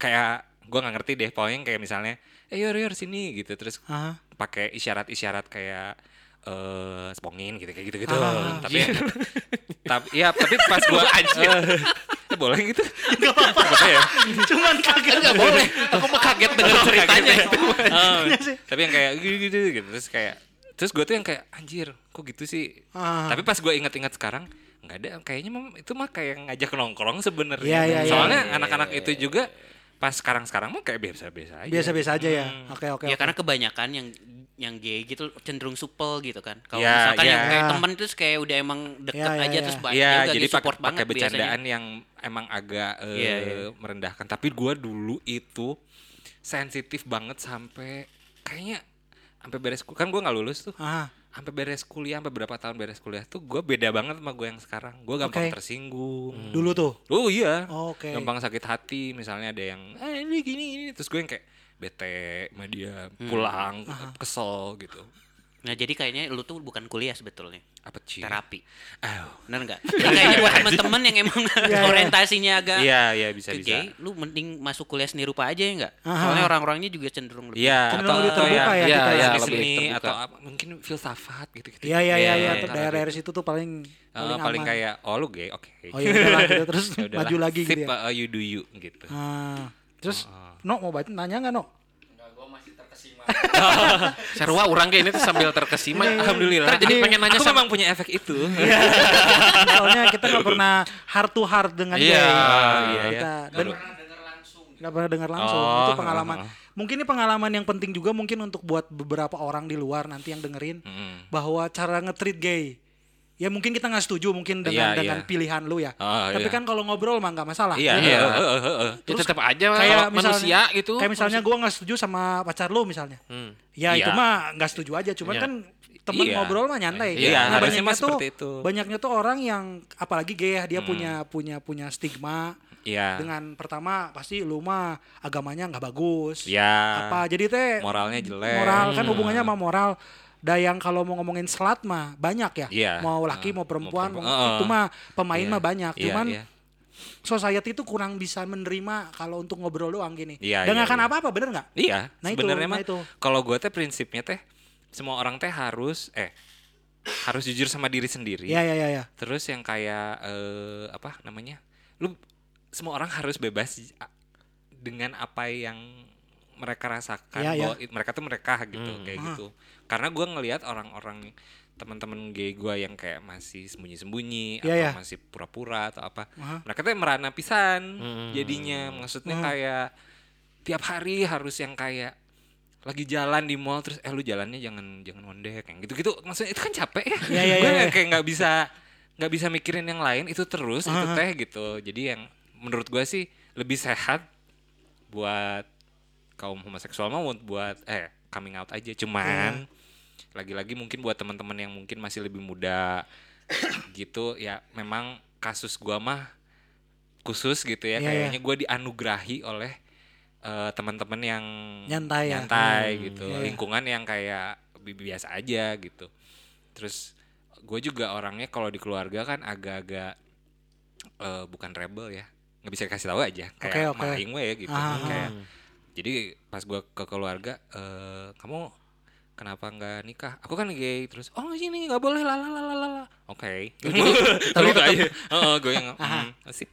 S3: kayak gue nggak ngerti deh pokoknya kayak misalnya eh yor yor sini gitu terus
S2: Aha.
S3: pakai isyarat-isyarat kayak eh spongin gitu kayak gitu-gitu.
S2: Ah,
S3: tapi tapi ya tapi pas gua anjir. boleh gitu. Enggak apa-apa ya. Oh,
S2: Cuman kaget
S1: nggak boleh aku mah kaget dengar ceritanya itu
S3: Eh,
S2: Iya
S3: tapi yang kayak gitu-gitu gitu terus kayak terus gue tuh yang kayak anjir kok gitu sih.
S2: Ah.
S3: Tapi pas gua ingat-ingat sekarang nggak ada kayaknya mem- itu mah kayak ngajak nongkrong sebenarnya.
S2: Iya, iya, iya.
S3: Soalnya anak-anak itu juga pas sekarang-sekarang mah kayak biasa-biasa aja.
S2: Biasa-biasa aja ya.
S3: Hmm.
S2: Oke oke. oke.
S3: Iya kan?
S4: ya karena kebanyakan yang yang gay gitu cenderung supel gitu kan. Kalau
S3: Ya,
S4: misalkan
S3: ya.
S4: yang kayak
S2: Ya.
S4: teman terus kayak udah emang deket
S2: Ya, ya,
S4: aja
S2: ya.
S4: terus banyak
S3: Iya,
S4: juga
S3: jadi
S4: gay support
S3: pakai pakai
S4: banget biasanya.
S3: bercandaan yang emang agak eh,
S4: Iya, iya.
S3: merendahkan. Tapi gua dulu itu sensitif banget sampai kayaknya sampai beres kul- kan gua nggak lulus tuh.
S2: Aha.
S3: Sampai beres kuliah, sampai berapa tahun beres kuliah tuh gua beda banget sama gue yang sekarang. Gua
S2: Oke.
S3: gampang tersinggung.
S2: Dulu tuh.
S3: Oh iya.
S2: Oke.
S3: Gampang sakit hati misalnya ada yang eh ini gini ini terus gue yang kayak bete sama dia pulang kesel gitu.
S4: Nah, jadi kayaknya lu tuh bukan kuliah sebetulnya,
S3: Apa sih?
S4: terapi.
S3: Aduh.
S4: Benar enggak? Jadi kayaknya buat teman-teman yang emang
S2: Ya,
S4: orientasinya agak
S3: Iya, iya bisa
S4: ke
S3: bisa.
S4: gay, lu mending masuk kuliah seni rupa aja ya enggak?
S2: Aha.
S4: Soalnya orang-orangnya juga cenderung lebih
S3: Iya,
S2: Cenderung lebih terbuka ya kita
S3: iya,
S2: ya.
S3: iya,
S1: Lebih
S3: seni
S1: terbuka.
S3: atau apa, mungkin filsafat gitu-gitu.
S2: Iya iya iya
S3: Iya,
S2: iya.
S3: iya.
S2: Daerah-daerah situ tuh paling
S3: Eh, paling
S2: aman.
S3: kayak oh lu gay, oke.
S2: Oh ya udah lah, udah, terus
S3: Ya udahlah,
S2: maju lagi
S3: sip, Oh,
S2: gitu ya.
S3: uh, you do you gitu.
S2: Ah, terus No mau baca nanya nggak No?
S5: Enggak, gua masih terkesima.
S1: Sarua orang kayak ini tuh sambil terkesima
S3: Alhamdulillah.
S1: Ntar jadi pengen nanya
S3: Aku
S1: sama
S3: memang punya efek itu.
S2: Soalnya kita nggak pernah heart to heart dengan
S3: Iya,
S2: dia. ya.
S3: iya, iya.
S2: Kita dan
S5: Pernah denger langsung.
S2: nggak pernah dengar langsung
S3: Oh,
S2: itu pengalaman.
S3: oh, oh.
S2: Mungkin ini pengalaman yang penting juga mungkin untuk buat beberapa orang di luar nanti yang dengerin
S3: Mm.
S2: bahwa cara nge-treat gay. Ya mungkin kita nggak setuju mungkin dengan
S3: Iya,
S2: dengan
S3: iya.
S2: pilihan lu ya.
S3: Oh,
S2: Tapi
S3: iya.
S2: kan kalau ngobrol mah nggak masalah.
S3: Iya,
S2: Bener.
S3: iya. eh, eh, eh, eh.
S1: Ya tetap aja
S2: Kayak
S1: kayak manusia gitu
S2: Kayak misalnya gue nggak setuju sama pacar lu misalnya.
S1: Hmm.
S2: Ya
S3: Iya.
S2: itu mah nggak setuju aja, cuman
S1: Iya.
S2: kan temen
S3: Iya.
S2: ngobrol mah nyantai.
S3: Iya,
S2: Nah,
S3: harusnya mah
S2: tuh,
S3: seperti itu. Hmm.
S2: Banyaknya tuh orang yang apalagi gay ya, dia punya punya punya stigma
S3: Iya.
S2: dengan pertama pasti lu mah agamanya nggak bagus.
S3: Iya.
S2: Apa jadi teh
S3: Moralnya jelek. Hmm.
S2: Moral kan hubungannya sama moral. Da yang kalau mau ngomongin selat mah banyak ya.
S3: Iya.
S2: Mau laki mau
S3: Mau
S2: perempuan, mau
S3: perempuan. Heeh.
S2: itu mah pemain
S3: Iya.
S2: mah banyak.
S3: Iya,
S2: Cuman
S3: iya.
S2: society itu kurang bisa menerima kalau untuk ngobrol doang gini.
S3: Iya,
S2: Dan
S3: iya,
S2: nggak akan
S3: iya.
S2: apa-apa bener nggak?
S3: Iya,
S2: Nah itu,
S3: sebenarnya
S2: nah
S3: mah
S2: itu.
S3: kalau gue teh prinsipnya teh semua orang teh harus eh harus jujur sama diri sendiri.
S2: Iya iya iya. iya.
S3: Terus yang kayak eh, apa namanya? Lu semua orang harus bebas j- a- dengan apa yang mereka rasakan
S2: Iya,
S3: bahwa it- mereka tuh mereka gitu kayak
S2: Ah.
S3: gitu karena gua ngelihat orang-orang teman-teman gay gua yang kayak masih sembunyi-sembunyi
S2: Iya,
S3: atau
S2: iya.
S3: masih pura-pura atau apa
S2: Aha.
S3: mereka tuh merana pisan jadinya maksudnya
S2: Hmm.
S3: kayak tiap hari harus yang kayak lagi jalan di mall terus eh lu jalannya jangan jangan mondek yang gitu-gitu maksudnya itu kan capek ya
S2: Iya, iya,
S3: Gua
S2: iya, iya.
S3: kayak nggak bisa nggak bisa mikirin yang lain itu terus itu teh gitu jadi yang menurut gua sih lebih sehat buat kaum homoseksual mah buat eh coming out aja
S2: Iya.
S3: cuman lagi-lagi mungkin buat teman-teman yang mungkin masih lebih muda gitu ya memang kasus gua mah khusus gitu ya
S2: Iya,
S3: kayaknya gua dianugerahi oleh eh, teman-teman yang
S2: Nyantai ya.
S3: nyantai
S2: Hmm,
S3: gitu
S2: iya, iya.
S3: lingkungan yang kayak bi- biasa aja gitu terus gue juga orangnya kalau di keluarga kan agak-agak eh, bukan rebel ya nggak bisa kasih tahu aja kayak
S2: Oke, oke.
S3: maling we gitu
S2: Ah,
S3: kayak jadi pas gue ke keluarga eh kamu kenapa nggak nikah aku kan gay terus oh sini nggak boleh lalalala oke
S1: tapi
S3: tapi itu aja gue yang
S2: Ah,
S3: "Hmm, asik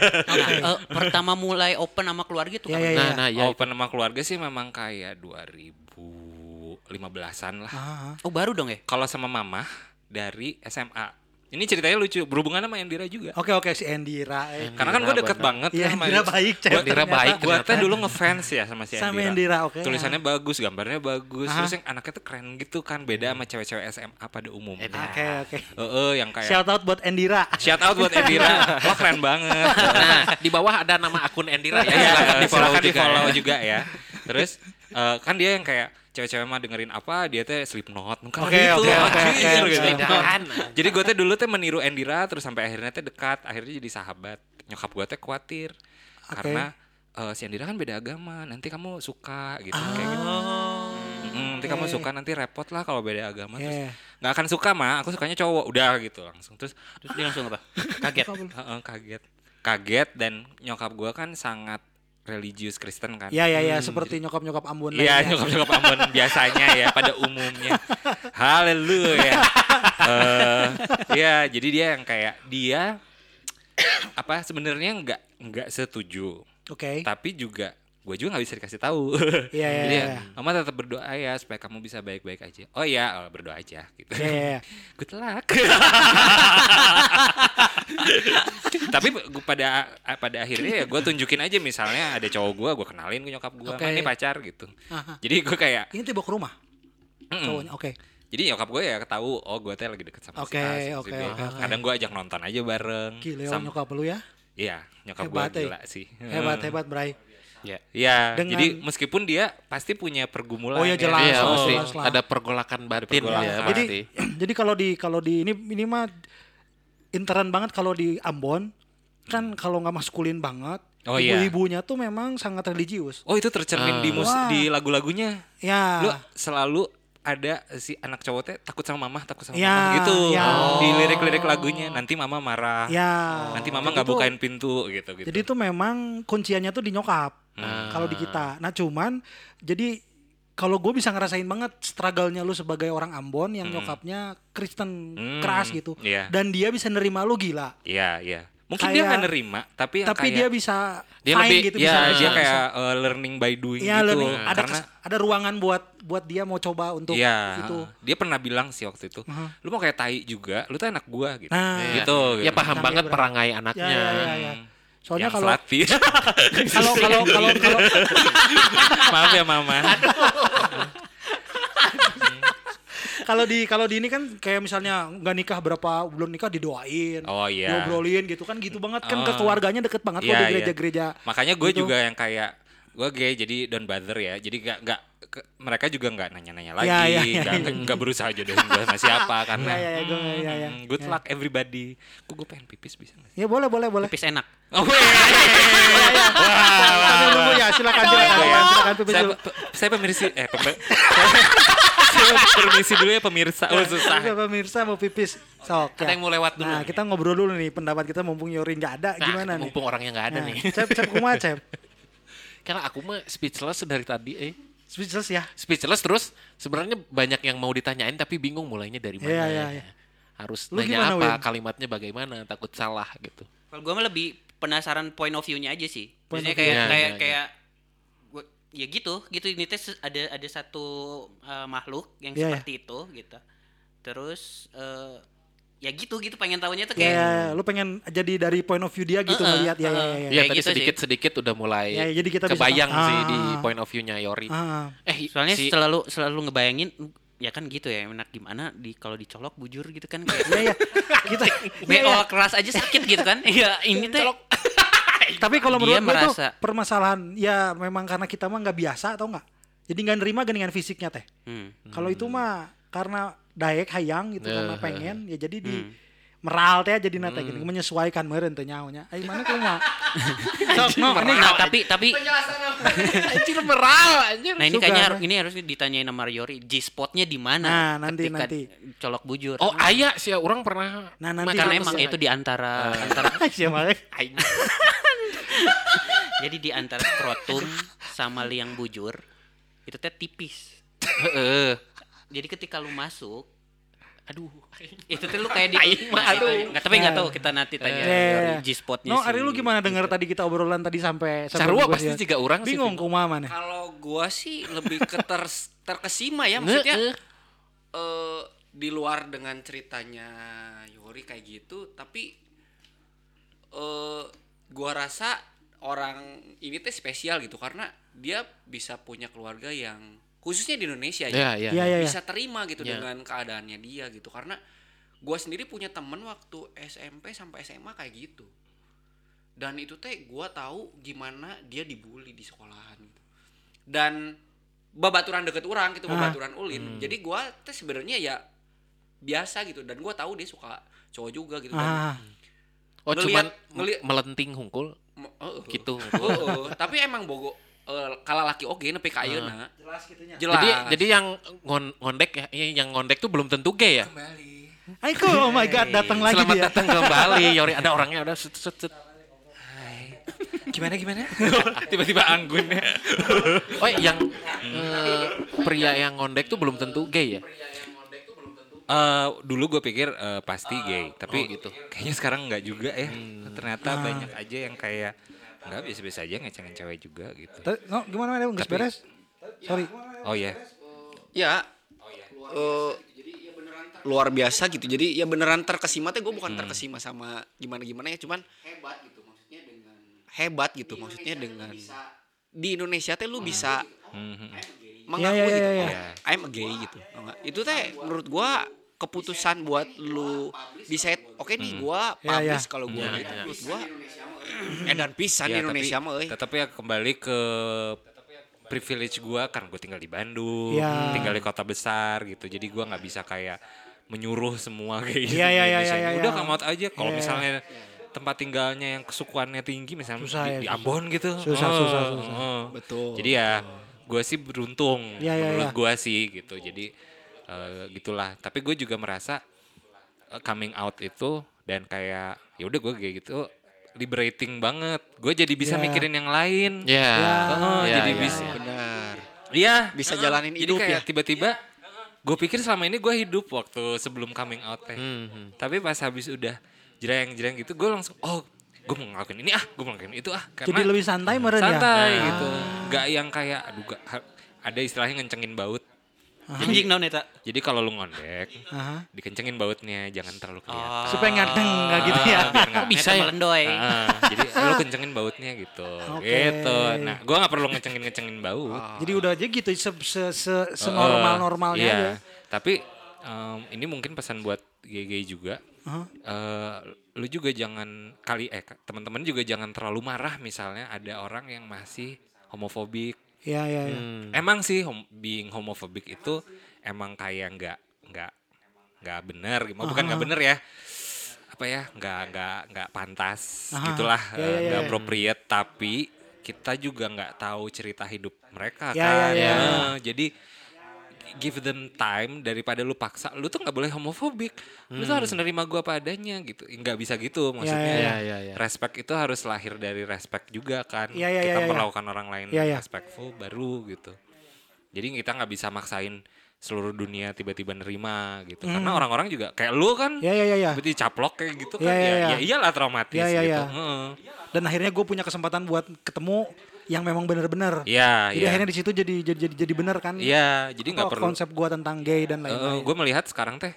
S4: Eh, pertama mulai open sama keluarga itu
S2: Iya,
S4: kan.
S2: iya,
S1: nah
S2: iya.
S1: nah ya
S3: open sama Oh, keluarga sih memang kayak 2015-an lah
S2: Ah,
S4: Oh baru dong ya?
S3: kalau sama mama dari SMA. Ini ceritanya lucu, berhubungan sama Endira juga.
S2: Oke oke si Endira. eh.
S3: Karena kan gue deket
S1: Bener.
S3: banget
S2: Iya
S3: ya sama
S2: Endira baik.
S1: Gua-
S2: Cep,
S1: Endira
S2: ternyata.
S1: baik,
S3: Gue
S1: ternyata.
S3: dulu ngefans ya sama si Endira.
S2: Sama Endira oke.
S3: Tulisannya bagus, gambarnya bagus.
S2: Aha.
S3: Terus yang anaknya tuh keren gitu kan,
S2: Hmm.
S3: beda sama cewek-cewek SMA pada umumnya.
S2: Oke Ah, oke.
S3: Eh, eh, yang kayak
S2: Shout out buat Endira.
S3: shout out buat Endira, lo keren banget.
S1: nah di bawah ada nama akun Endira ya
S3: ya,
S1: silakan di follow
S3: silakan
S1: juga
S3: di-follow
S1: ya.
S3: juga ya. Terus eh, kan dia yang kayak cewek-cewek mah dengerin apa dia teh Slipknot mungkin
S2: Oke, oke,
S3: gitu.
S2: oke,
S3: anjir,
S2: oke,
S3: gitu.
S1: Bedaan.
S3: Jadi gue teh dulu teh meniru Endira terus sampai akhirnya teh dekat, akhirnya jadi sahabat. Nyokap gue teh khawatir
S2: Oke.
S3: karena eh, si Endira kan beda agama, nanti kamu suka gitu kayak gitu.
S2: Ah.
S3: Mm, nanti
S2: Oh,
S3: kamu
S2: oke.
S3: suka nanti repot lah kalau beda agama terus
S2: Iya.
S3: nggak akan suka mmah aku sukanya cowok udah gitu langsung terus
S4: Terus dia langsung apa? Kaget.
S3: Heeh, kaget kaget dan nyokap gua kan sangat religius Kristen kan
S2: Iya iya iya seperti nyokap-nyokap Ambon
S3: Iya
S2: lainnya.
S3: nyokap-nyokap Ambon biasanya ya pada umumnya. Haleluya. Eh, ya jadi dia yang kayak dia apa sebenarnya nggak nggak setuju
S2: Oke.
S3: tapi juga gue juga nggak bisa dikasih tahu.
S2: Iya, iya,
S3: Jadi ya,
S2: iya.
S3: Mama tetap berdoa ya supaya kamu bisa baik-baik aja. Oh iya oh, berdoa aja gitu.
S2: Iya, iya, iya.
S3: Good luck. Tapi gua pada pada akhirnya ya gue tunjukin aja misalnya ada cowok gue, gue kenalin ke nyokap gue,
S2: Oke.
S3: ini pacar gitu.
S2: Aha.
S3: Jadi gue kayak,
S2: Ini tiba ke rumah
S3: "Mm-mm."
S2: cowoknya. Oke.
S3: jadi nyokap gue ya ketahu, oh gue teh lagi deket sama
S2: Oke,
S3: si A, sama si
S2: oke,
S3: B.
S2: oke, oke.
S3: Kadang gue ajak nonton aja bareng.
S2: Gila ya,
S3: Sam-
S2: nyokap lu ya.
S3: Iya, nyokap gue
S2: Hebat, eh.
S3: gila sih. Hmm.
S2: Hebat hebat Bray.
S3: Iya. Iya,
S2: Dengan-
S3: jadi meskipun dia pasti punya pergumulan. ya.
S2: Oh iya, jelas,
S1: Iya,
S2: Oh,
S1: pasti
S2: jelas lah.
S1: ada pergolakan batin
S3: Pergolakan.
S1: ya
S2: Jadi
S1: pasti.
S2: jadi kalau di kalau di ini ini mah intern banget kalau di Ambon kan kalau nggak maskulin banget
S3: Hmm. Oh, iya.
S2: ibu-ibunya tuh memang sangat religius.
S3: Oh itu tercermin di mus
S2: Wah.
S3: di lagu-lagunya.
S2: Ya.
S3: lu selalu ada si anak cowok teh takut sama mamah takut sama
S2: Ya,
S3: mamah gitu
S2: ya.
S3: di lirik-lirik lagunya nanti mama marah
S2: Ya.
S3: Oh. nanti mama nggak
S2: bukain
S3: bukain pintu gitu Hmm. gitu
S2: Jadi itu memang kunciannya tuh di nyokap. Kalau di kita. Nah, cuman jadi kalau gue bisa ngerasain banget struggle-nya lu sebagai orang Ambon yang nyokapnya Kristen
S3: Hmm,
S2: keras gitu.
S3: iya.
S2: Dan dia bisa nerima lu gila.
S3: iya iya mungkin
S2: Kayak-
S3: dia nggak nerima tapi yang
S2: Tapi
S3: kayak,
S2: dia bisa
S1: Dia
S2: fine
S1: lebih-
S2: gitu
S3: ya
S2: bisa.
S3: dia
S2: bisa-
S3: kayak uh, learning by doing
S2: Iya,
S3: gitu
S2: learning. ada
S3: karena
S2: kes- ada ruangan buat buat dia mau coba untuk
S3: Iya,
S2: itu. Uh-huh.
S3: dia pernah bilang sih waktu itu, lu mau kayak tai juga, lu tuh anak gua gitu,
S2: Nah.
S1: Iya.
S3: gitu,
S1: Ya paham
S2: Nah,
S1: banget
S2: iya,
S1: perangai
S2: Ya,
S1: anaknya.
S2: ya, ya, ya. Soalnya
S3: Yang iya.
S2: kalau
S3: selati.
S2: kalau kalau kalau kalau
S3: maaf ya mama,
S2: kalau di kalau di ini kan kayak misalnya nggak nikah berapa belum nikah didoain
S3: Oh, iya.
S2: diobrolin gitu kan gitu banget kan ke
S3: Ah.
S2: keluarganya deket banget kalau
S3: Iya,
S2: di
S3: iya.
S2: gereja-gereja
S3: Makanya gue
S2: gitu.
S3: juga yang kayak gue gay jadi don't bother ya. Jadi gak gak ke- mereka juga nggak nanya-nanya lagi,
S2: Iya,
S3: nggak
S2: iya, iya,
S3: nggak- nggak berusaha jodohin gue sama siapa karena
S2: Iya, iya, iya, gua- iya, iya.
S3: mm, good luck everybody. Kok gue pengen pipis bisa nggak sih?
S2: ya boleh boleh boleh
S4: Pipis enak.
S3: Oh,
S2: iya,
S3: iya, iya.
S2: sambil nunggu ya silakan silakan silakan, silakan pipis
S3: saya,
S2: dulu.
S3: pe- saya pemirsi eh pem- saya permisi dulu ya pemirsa. Oh, susah.
S2: Bisa, pemirsa mau pipis sok
S1: Ada yang mau lewat dulu
S2: nah
S1: nih.
S2: kita ngobrol dulu nih pendapat kita mumpung Yori nggak ada
S1: Nah,
S2: gimana nih
S1: mumpung orangnya nggak ada
S2: Nah,
S1: nih.
S2: cep cep kumaha cep
S1: Karena aku mah speechless dari tadi eh.
S2: speechless ya
S1: Speechless terus sebenarnya banyak yang mau ditanyain tapi bingung mulainya dari mana. ya.
S2: Iya, iya, iya.
S1: Harus
S2: Lu
S1: nanya
S2: gimana,
S1: apa,
S2: Win?
S1: kalimatnya bagaimana, takut salah gitu.
S4: Kalau gue mah lebih penasaran point of view-nya aja sih.
S2: Point of
S4: Maksudnya
S2: view.
S4: kayak
S1: Ya,
S4: kayak
S1: ya, ya.
S4: kayak gua- ya gitu gitu ini teh se- ada ada satu eh, makhluk yang
S2: Iya,
S4: seperti itu gitu terus eh, ya gitu gitu pengen tahunya tuh
S2: Ya,
S4: kayak
S2: lu pengen jadi dari point of view dia gitu
S4: Heeh,
S2: melihat ya, ya, ya,
S4: heeh.
S2: ya.
S1: Iya tadi
S4: Kayak gitu sih.
S1: sedikit sedikit udah mulai
S2: Ya, jadi kita bisa
S1: kebayang
S2: tahu.
S1: sih
S2: Ah.
S1: di point of view-nya Yori.
S2: Ah,
S1: Eh
S4: soalnya
S1: si-
S4: selalu selalu ngebayangin ya kan gitu ya enak gimana di kalau dicolok bujur gitu kan kayak
S2: ya, ya. kita ya, ya.
S4: beol keras aja sakit gitu kan iya ini teh
S2: tapi kalau
S4: Dia
S2: menurut gue tuh
S4: merasa-
S2: permasalahan ya memang karena kita mah nggak biasa atau nggak jadi nggak nerima geningan fisiknya teh
S4: Hmm.
S2: kalau itu mah karena daek hayang gitu karena
S1: Eh.
S2: pengen ya jadi di meral teh jadi nate gitu menyesuaikan meureun teh nyaonya ai mana kalau mah Sok, no, ini
S4: nah, tapi tapi
S5: Penjelasan apa?
S1: anjir meral anjir.
S4: nah ini
S2: Suka,
S4: kayaknya
S2: nah.
S4: harus- ini harus ditanyain sama Yori G spotnya di
S2: Nah,
S4: mana
S2: nanti,
S4: ketika
S2: nanti.
S4: colok bujur
S1: Oh ayah sih orang pernah
S2: Nah,
S1: makan
S2: nanti- Eh.
S4: karena
S1: terus
S4: emang
S1: ya.
S4: itu di antara antara
S2: siapa rek?
S1: Aing.
S4: Jadi di antara skrotum sama liang bujur itu teh tipis.
S1: Heeh.
S4: Jadi ketika lu masuk, aduh, itu teh lu kayak di
S1: mah, aduh.
S4: Nggak, tapi nggak tahu kita nanti
S3: Iya,
S4: tanya
S2: Eh.
S4: G spotnya.
S2: No, Ari lu gimana
S3: Gitu.
S2: denger tadi kita obrolan tadi sampai sampai
S1: Sarua
S2: gua
S1: pasti
S2: lihat?
S1: juga orang sih,
S2: Bingung
S1: Vino.
S2: kumaha mana?
S5: Kalau gua sih lebih ke ter- terkesima ya maksudnya.
S1: Nge-eh.
S5: eh, di luar dengan ceritanya Yori kayak gitu, tapi eh gua rasa orang ini teh spesial gitu karena dia bisa punya keluarga yang khususnya di Indonesia
S1: Iya,
S5: ya.
S1: iya.
S2: Iya, iya, iya.
S5: bisa terima gitu
S1: Iya.
S5: dengan keadaannya dia gitu karena gua sendiri punya temen waktu SMP sampai SMA kayak gitu dan itu teh gua tahu gimana dia dibully di sekolahan gitu. dan babaturan deket orang gitu
S2: Ah.
S5: babaturan
S1: Hmm.
S5: ulin jadi gua teh sebenarnya ya biasa gitu dan gua tahu dia suka cowok juga gitu
S2: Ah,
S5: kan.
S1: Oh cuman
S5: Ngeliat- ngeliat-
S1: melenting hungkul
S5: Me- eh, eh.
S1: gitu.
S5: Eh, eh. tapi emang bogo eh, kalau laki oke nepi ka ayeuna.
S2: jelas gitunya.
S5: jelas
S1: Ah. Jadi jadi yang ngon- ngondek ya, iya, yang ngondek tuh belum tentu gay ya.
S2: Aiko, oh my god, datang lagi
S1: Selamat
S2: dia.
S1: datang kembali Yori. Ada orangnya udah set set set.
S3: Gimana gimana? Tiba-tiba anggun. ya.
S1: Oh yang eh, pria yang ngondek tuh belum tentu gay ya.
S3: Eh, dulu gue pikir eh, pasti gay, tapi gitu. Kayaknya sekarang nggak juga ya. Ternyata banyak aja yang kayak nggak biasa-biasa aja ngecengin cewek juga gitu.
S2: Ta- No, gimana mana enggak beres? Sorry.
S3: Oh ya.
S5: Ya. eh, luar biasa gitu. Jadi ya beneran terkesima teh gue bukan
S1: Hmm.
S5: terkesima sama gimana-gimana ya, cuman hebat gitu maksudnya dengan di Indonesia teh lu bisa
S3: Hmm,
S2: Iya,
S5: mengaku
S2: iya,
S5: gitu.
S2: iya,
S5: oh,
S2: iya.
S5: I'm a gay gitu. tau nggak? Itu teh menurut gua keputusan buat lu di set oke nih gua
S2: Iya, iya.
S5: publish kalau gua gitu menurut gua edan
S1: Iya,
S5: pisan
S3: Ya,
S5: di Indonesia mah eh. euy.
S3: tapi, tapi ya kembali ke privilege gua karena gue tinggal di Bandung,
S2: Ya.
S3: tinggal di kota besar gitu. Jadi gua nggak bisa kayak menyuruh semua kayak gitu.
S2: Iya, iya,
S3: di
S2: iya,
S3: Indonesia.
S2: iya, iya.
S3: Udah kamu out aja. Kalau
S2: Iya,
S3: misalnya tempat tinggalnya yang kesukuannya tinggi misalnya
S2: Susah
S3: di,
S2: ya,
S3: di
S2: susah.
S3: Ambon gitu.
S2: Susah,
S3: Oh,
S2: susah, susah.
S3: oh.
S5: Betul.
S3: Jadi ya gue sih beruntung
S2: Iya, iya,
S3: menurut
S2: iya.
S3: gua sih gitu. Jadi eh, gitulah. Tapi gue juga merasa eh, coming out itu dan kayak ya udah gue kayak gitu liberating banget. Gue jadi bisa
S2: Ya.
S3: mikirin yang lain.
S1: Ya.
S3: Oh,
S1: Ya,
S3: jadi
S1: ya,
S3: bisa.
S1: ya.
S5: Benar.
S3: Iya.
S5: Bisa jalanin
S3: Jadi
S5: hidup
S3: kayak
S5: ya.
S3: tiba-tiba gue pikir selama ini gue hidup waktu sebelum coming out teh.
S1: Hmm.
S3: Tapi pas habis udah jereng-jereng gitu gue langsung oh gue mau ngelakuin ini ah gue mau ngelakuin itu ah karena
S2: Jadi lebih santai meren ya.
S3: santai gitu. Gak yang kayak aduh gak, ha- ada istilahnya ngencengin baut.
S4: Anjing naon eta?
S3: Jadi kalau lu ngondek,
S2: Aha.
S3: dikencengin bautnya, jangan terlalu kelihatan.
S2: Ah, Supaya ngadeng enggak Oh, gitu ya.
S3: Ah, biar nggak-
S1: bisa
S4: Eta
S1: ya?
S4: melendoy.
S3: Ah, jadi lu kencengin bautnya gitu.
S2: Oke.
S3: Gitu. Nah, gua nggak perlu ngecengin-ngecengin baut.
S2: Jadi udah aja gitu se se se, normal normalnya
S3: Oh, Iya.
S2: aja.
S3: Tapi em, ini mungkin pesan buat GG juga.
S2: Hah?
S3: Eh, lu juga jangan kali eh ka- teman-teman juga jangan terlalu marah misalnya ada orang yang masih homofobik.
S2: Iya iya iya.
S3: Emang sih hom- being homofobik itu emang kayak nggak nggak nggak benar, mau bukan nggak benar ya? Apa ya? Nggak nggak nggak pantas
S2: Aha.
S3: gitulah,
S2: Ya,
S3: eh,
S2: ya, ya,
S3: nggak
S2: ya.
S3: appropriate. Tapi kita juga nggak tahu cerita hidup mereka
S2: Ya, ya,
S3: kan.
S2: ya.
S3: Eh, jadi give them time daripada lu paksa. Lu tuh nggak boleh homofobik. Lu tuh harus nerima gua apa adanya gitu. Nggak bisa gitu maksudnya.
S2: Hmm. ya,
S1: ya. Ya, ya, ya.
S3: Respect itu harus lahir dari respect juga kan.
S2: Ya, ya,
S3: kita
S2: ya, ya, ya.
S3: perlakukan orang lain
S2: Ya, ya.
S3: respectful baru gitu. Jadi kita nggak bisa maksain seluruh dunia tiba-tiba nerima gitu. Karena orang-orang juga kayak lu kan
S2: Hmm. Ya ya ya ya.
S3: berarti caplok kayak gitu kan
S2: Ya, ya,
S3: ya,
S2: ya.
S3: ya iyalah traumatis
S2: Ya, ya,
S3: gitu.
S2: ya.
S3: Heeh.
S2: Dan akhirnya gue punya kesempatan buat ketemu yang memang benar-benar.
S3: Iya,
S2: Jadi
S3: iya.
S2: akhirnya di situ jadi jadi jadi, jadi benar kan.
S3: Iya, jadi nggak
S2: Apa
S3: perlu.
S2: konsep gue tentang gay dan lain-lain.
S3: gue Eh, melihat sekarang teh,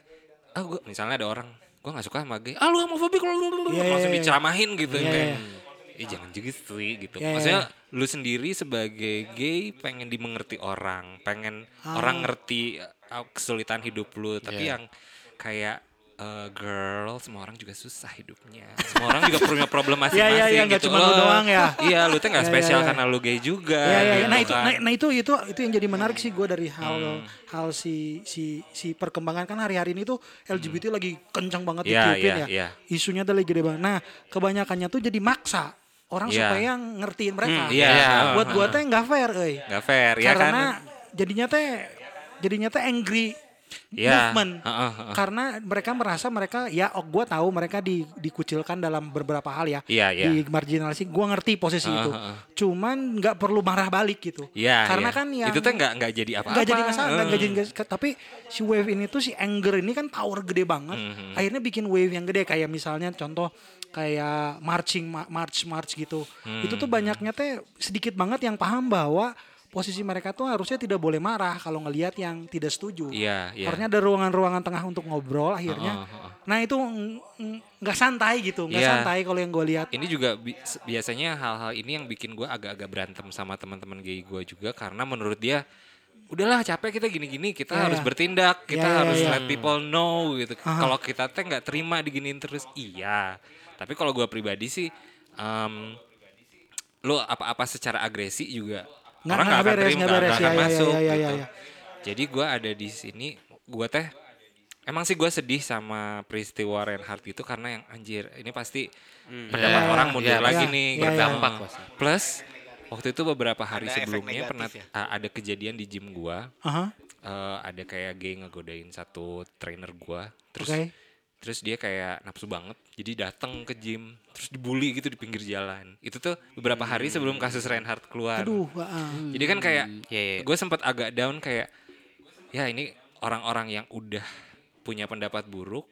S3: ah gua- misalnya ada orang, gue nggak suka sama gay, ah lu homofobik lu, lu, lu, lu."
S2: Iya, iya,
S3: langsung
S2: iya.
S3: diceramahin gitu
S2: Iya,
S3: kayak,
S2: iya.
S3: "Ih, jangan juga sih gitu.
S2: Iya, iya,
S3: Maksudnya lu sendiri sebagai gay pengen dimengerti orang, pengen
S2: Ah.
S3: orang ngerti uh, kesulitan hidup lu, tapi
S2: Iya.
S3: yang kayak eh, girl, semua orang juga susah hidupnya. Semua orang juga punya problem masing-masing
S2: Iya, iya, iya, nggak
S3: gitu.
S2: cuma lu
S3: Eh,
S2: doang ya.
S3: Iya, lu teh nggak
S2: Iya, iya,
S3: spesial
S2: iya.
S3: karena lu gay juga.
S2: Ya, ya, ya.
S3: gitu
S2: Nah itu,
S3: kan. Hmm.
S2: nah, nah itu itu itu yang jadi menarik sih gue dari hal hal si si si perkembangan kan hari-hari ini tuh
S3: Hmm.
S2: LGBT lagi kencang banget di
S3: Ya,
S2: Twitter ya.
S3: ya, ya.
S2: Isunya tuh lagi gede banget. Nah kebanyakannya tuh jadi maksa orang
S3: Ya.
S2: supaya ngertiin mereka.
S3: Hmm, iya.
S2: Buat gue teh nggak fair, euy.
S3: Nggak fair ya kan.
S2: Karena jadinya teh jadinya teh angry
S3: Ya.
S2: movement.
S3: Heeh, heeh.
S2: Karena mereka merasa mereka ya oh gue tahu mereka di, dikucilkan dalam beberapa hal ya.
S3: Iya, iya.
S2: Di marginalisasi gue ngerti posisi
S3: Heeh,
S2: itu.
S3: heeh.
S2: Cuman nggak perlu marah balik gitu.
S3: Iya.
S2: Karena
S3: iya.
S2: kan yang
S3: itu tuh nggak nggak jadi apa-apa.
S2: nggak jadi masalah, nggak
S3: Eh.
S2: jadi nggak- tapi si wave ini tuh si anger ini kan power gede banget.
S3: Mm-hmm.
S2: Akhirnya bikin wave yang gede kayak misalnya contoh kayak marching ma- march march gitu. Itu
S3: Mm-hmm.
S2: tuh banyaknya teh sedikit banget yang paham bahwa posisi mereka tuh harusnya tidak boleh marah kalau ngelihat yang tidak setuju.
S3: Iya, iya.
S2: Akhirnya ada ruangan-ruangan tengah untuk ngobrol akhirnya. Nah, itu ng- ng- nggak santai gitu, nggak
S3: Iya.
S2: santai kalau yang gue lihat.
S3: Ini juga bi- s- biasanya hal-hal ini yang bikin gue agak-agak berantem sama teman-teman gay gue juga karena menurut dia udahlah capek kita gini-gini kita
S2: Iya,
S3: harus
S2: iya.
S3: bertindak kita
S2: Iya, iya,
S3: harus
S2: iya.
S3: let people know gitu kalau kita teh nggak terima diginiin terus iya tapi kalau gue pribadi sih em, lo apa-apa secara agresi juga
S2: Nggak-
S3: orang nggak
S2: nggak
S3: akan
S2: beres,
S3: terima
S2: nggak
S3: nggak
S2: beres.
S3: akan
S2: Iya, iya,
S3: masuk
S2: iya, iya,
S3: gitu.
S2: iya.
S3: jadi gue ada di sini gue teh emang sih gue sedih sama peristiwa Reinhardt itu karena yang anjir ini pasti pendapat
S1: Iya,
S3: orang
S1: iya,
S3: mundur
S1: iya,
S3: lagi
S2: Hmm, iya,
S3: nih
S2: iya,
S3: gitu.
S1: Berdampak
S3: Nah,
S1: pasti.
S3: plus waktu itu beberapa hari
S5: Ada efek
S3: sebelumnya
S5: negatif
S3: pernah
S5: ya.
S3: a- ada kejadian di gym gua
S2: Aha,
S3: eh, ada kayak gay ngegodain satu trainer gua terus
S2: Oke.
S3: terus dia kayak nafsu banget jadi datang ke gym terus dibully gitu di pinggir jalan itu tuh beberapa hari sebelum kasus Reinhardt keluar
S2: Aduh, ah.
S3: jadi kan kayak
S4: Iya, iya.
S3: gue sempat agak down kayak ya ini orang-orang yang udah punya pendapat buruk.